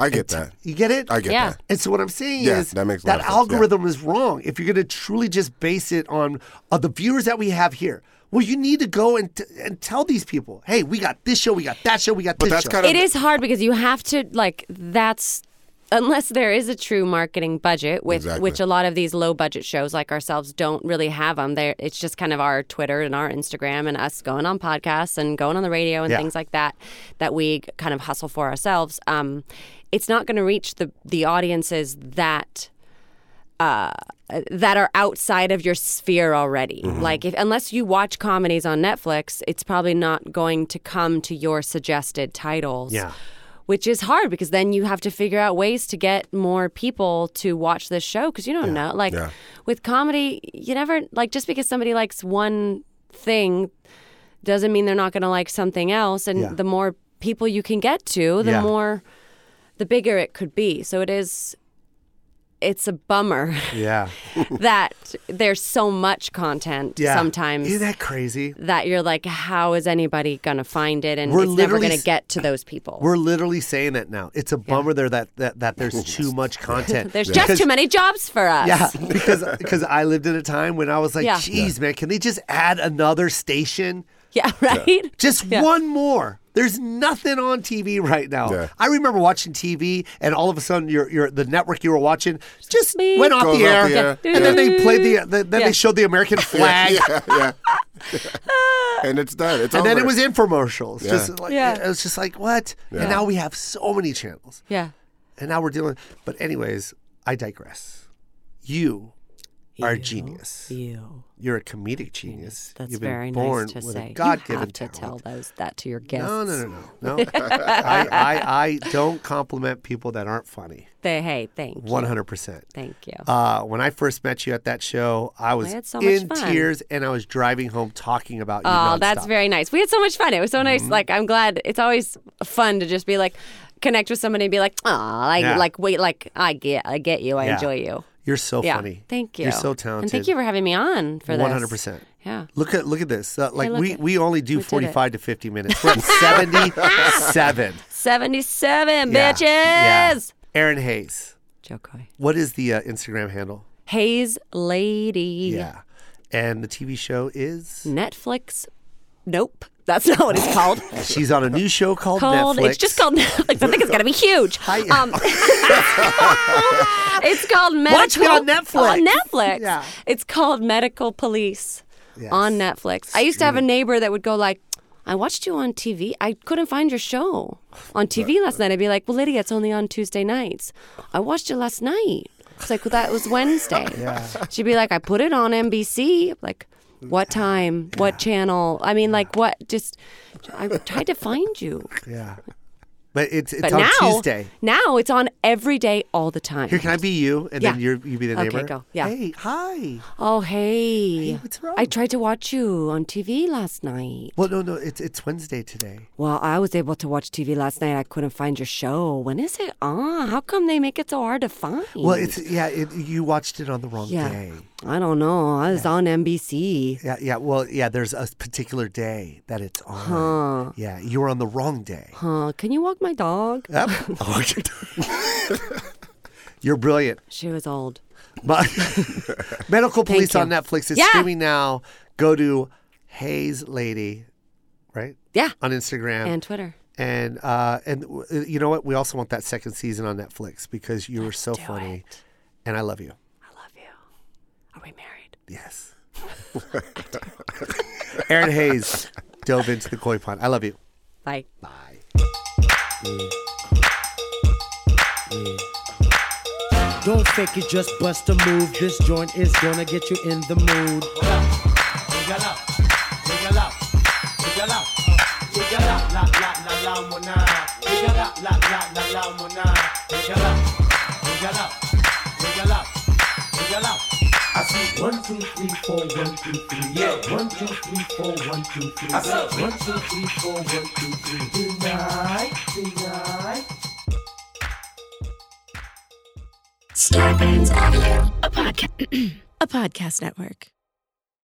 I get that.
You get it?
I get
Yeah.
that.
And so what I'm saying
Yeah,
is
that makes a lot
that
of sense, yeah.
algorithm is wrong. If you're going to truly just base it on uh, the viewers that we have here, well, you need to go and t- and tell these people, hey, we got this show, we got that show, we got
But
this
that's
show.
kind of
It is hard because you have to like that's unless there is a true marketing budget with
Exactly.
which a lot of these low budget shows like ourselves don't really have them there it's just kind of our twitter and our instagram and us going on podcasts and going on the radio and
Yeah.
things like that that we kind of hustle for ourselves um, it's not going to reach the the audiences that that are outside of your sphere already. Like if unless you watch comedies on Netflix, it's probably not going to come to your suggested titles.
Yeah.
Which is hard because then you have to figure out ways to get more people to watch this show because you don't know. Like
Yeah.
with comedy, you never like just because somebody likes one thing doesn't mean they're not going to like something else and
Yeah.
the more people you can get to, the
Yeah.
more the bigger it could be. So it is it's a bummer
yeah.
that there's so much content
Yeah.
sometimes
Isn't
that-,
that crazy?
you're like, how is anybody gonna find it? And
We're
it's never
literally
gonna
s-
get to those people.
We're literally saying that now. It's a bummer there that, that that there's too much content.
there's
Because-
just too many jobs for us.
Yeah, because because I lived in a time when I was like,
Yeah.
geez, man, can they just add another station?
Yeah, right?
Just
Yeah.
one more. There's nothing on TV right now.
Yeah.
I remember watching TV, and all of a sudden, your your the network you were watching just
Beep.
went off
Goes
the,
off
air,
the air.
and then they played the, the then
Yeah.
they showed the American flag.
yeah, yeah. and it's done. It's
And then it
over.
was infomercials.
Yeah.
Just like
Yeah.
it was just like what? And now we have so many channels.
Yeah.
And now we're dealing. But anyways, I digress. You are a genius.
You.
You're a comedic genius.
Mm, That's
You've been
very
born
nice to
with
say.
a God-given
you have to
talent.
tell those that to your guests.
No, no, no, no, no. I, I, I don't compliment people that aren't funny.
They, hey, thank you.
One hundred percent.
Thank you.
Uh, when I first met you at that show, I was
had so much
in
fun.
tears and I was driving home talking about you.
Oh, that's
nonstop.
very nice. We had so much fun. It was
Mm-hmm.
so nice. Like I'm glad. It's always fun to just be like connect with somebody and be like, oh, I
Yeah.
like wait, like I get, I get you, I
Yeah.
enjoy you.
You're so
yeah,
funny.
thank you.
You're so talented.
and thank you for having me on for this.
One hundred percent.
Yeah.
Look at look at this. Uh, like
look
we,
at-
we only do
did it.
forty five to fifty minutes. We're at seventy seven.
77 bitches.
Aaron Hayes.
Joe Coy.
What is the uh, Instagram handle?
Hayes Lady.
And the TV show is
Netflix. Nope. That's not what it's called.
she's on a new show called,
called
Netflix.
it's just called Netflix. I think it's gonna be huge. Um, it's called medical.
Watch me on Netflix.
On Netflix.
Yeah.
It's called Medical Police on Netflix. I used to have a neighbor that would go like, "I watched you on TV. I couldn't find your show on TV last night." I'd be like, "Well, Lydia, it's only on Tuesday nights. I watched it last night." It's like, "Well, that was Wednesday." She'd be like, "I put it on NBC." Like. What time? What channel? I mean, like, what? Just, I tried to find you.
Yeah. But it's it's
But
on
now,
Tuesday.
now it's on every day, all the time.
Here, can I be you? And then
Yeah.
you're you be the
Okay,
neighbor.
go. Yeah.
Hey, hi.
Oh, hey.
what's wrong?
I tried to watch you on TV last night.
Well, no, no, it's it's Wednesday today.
Well, I was able to watch TV last night. I couldn't find your show. When is it on? How come they make it so hard to find?
Well, it's yeah. It, you watched it on the wrong
Yeah.
day.
I don't know. I was on NBC.
Yeah, yeah. Well, yeah. There's a particular day that it's on.
Huh.
Yeah, you were on the wrong day.
Huh. Can you walk my dog?
Yep. You're brilliant.
She was old.
But Medical Police
you.
on Netflix is
Yeah.
streaming now. Go to Hayes Lady, right?
Yeah.
On Instagram.
And Twitter.
and uh, and w- you know what? We also want that second season on Netflix because you were so funny, and I love you.
I love you. Are we married?
Yes. Aaron Hayes dove into the koi pond. I love you.
Bye.
Don't fake it, just bust a move. This joint is gonna get you in the mood.
I see one, two, three, four, one, two, three. Yeah, one, two, three, four, one, two, three. I see one, two, three, four, one, two, three. Deny, deny.
Star Bands Audio, a, podca- a podcast network.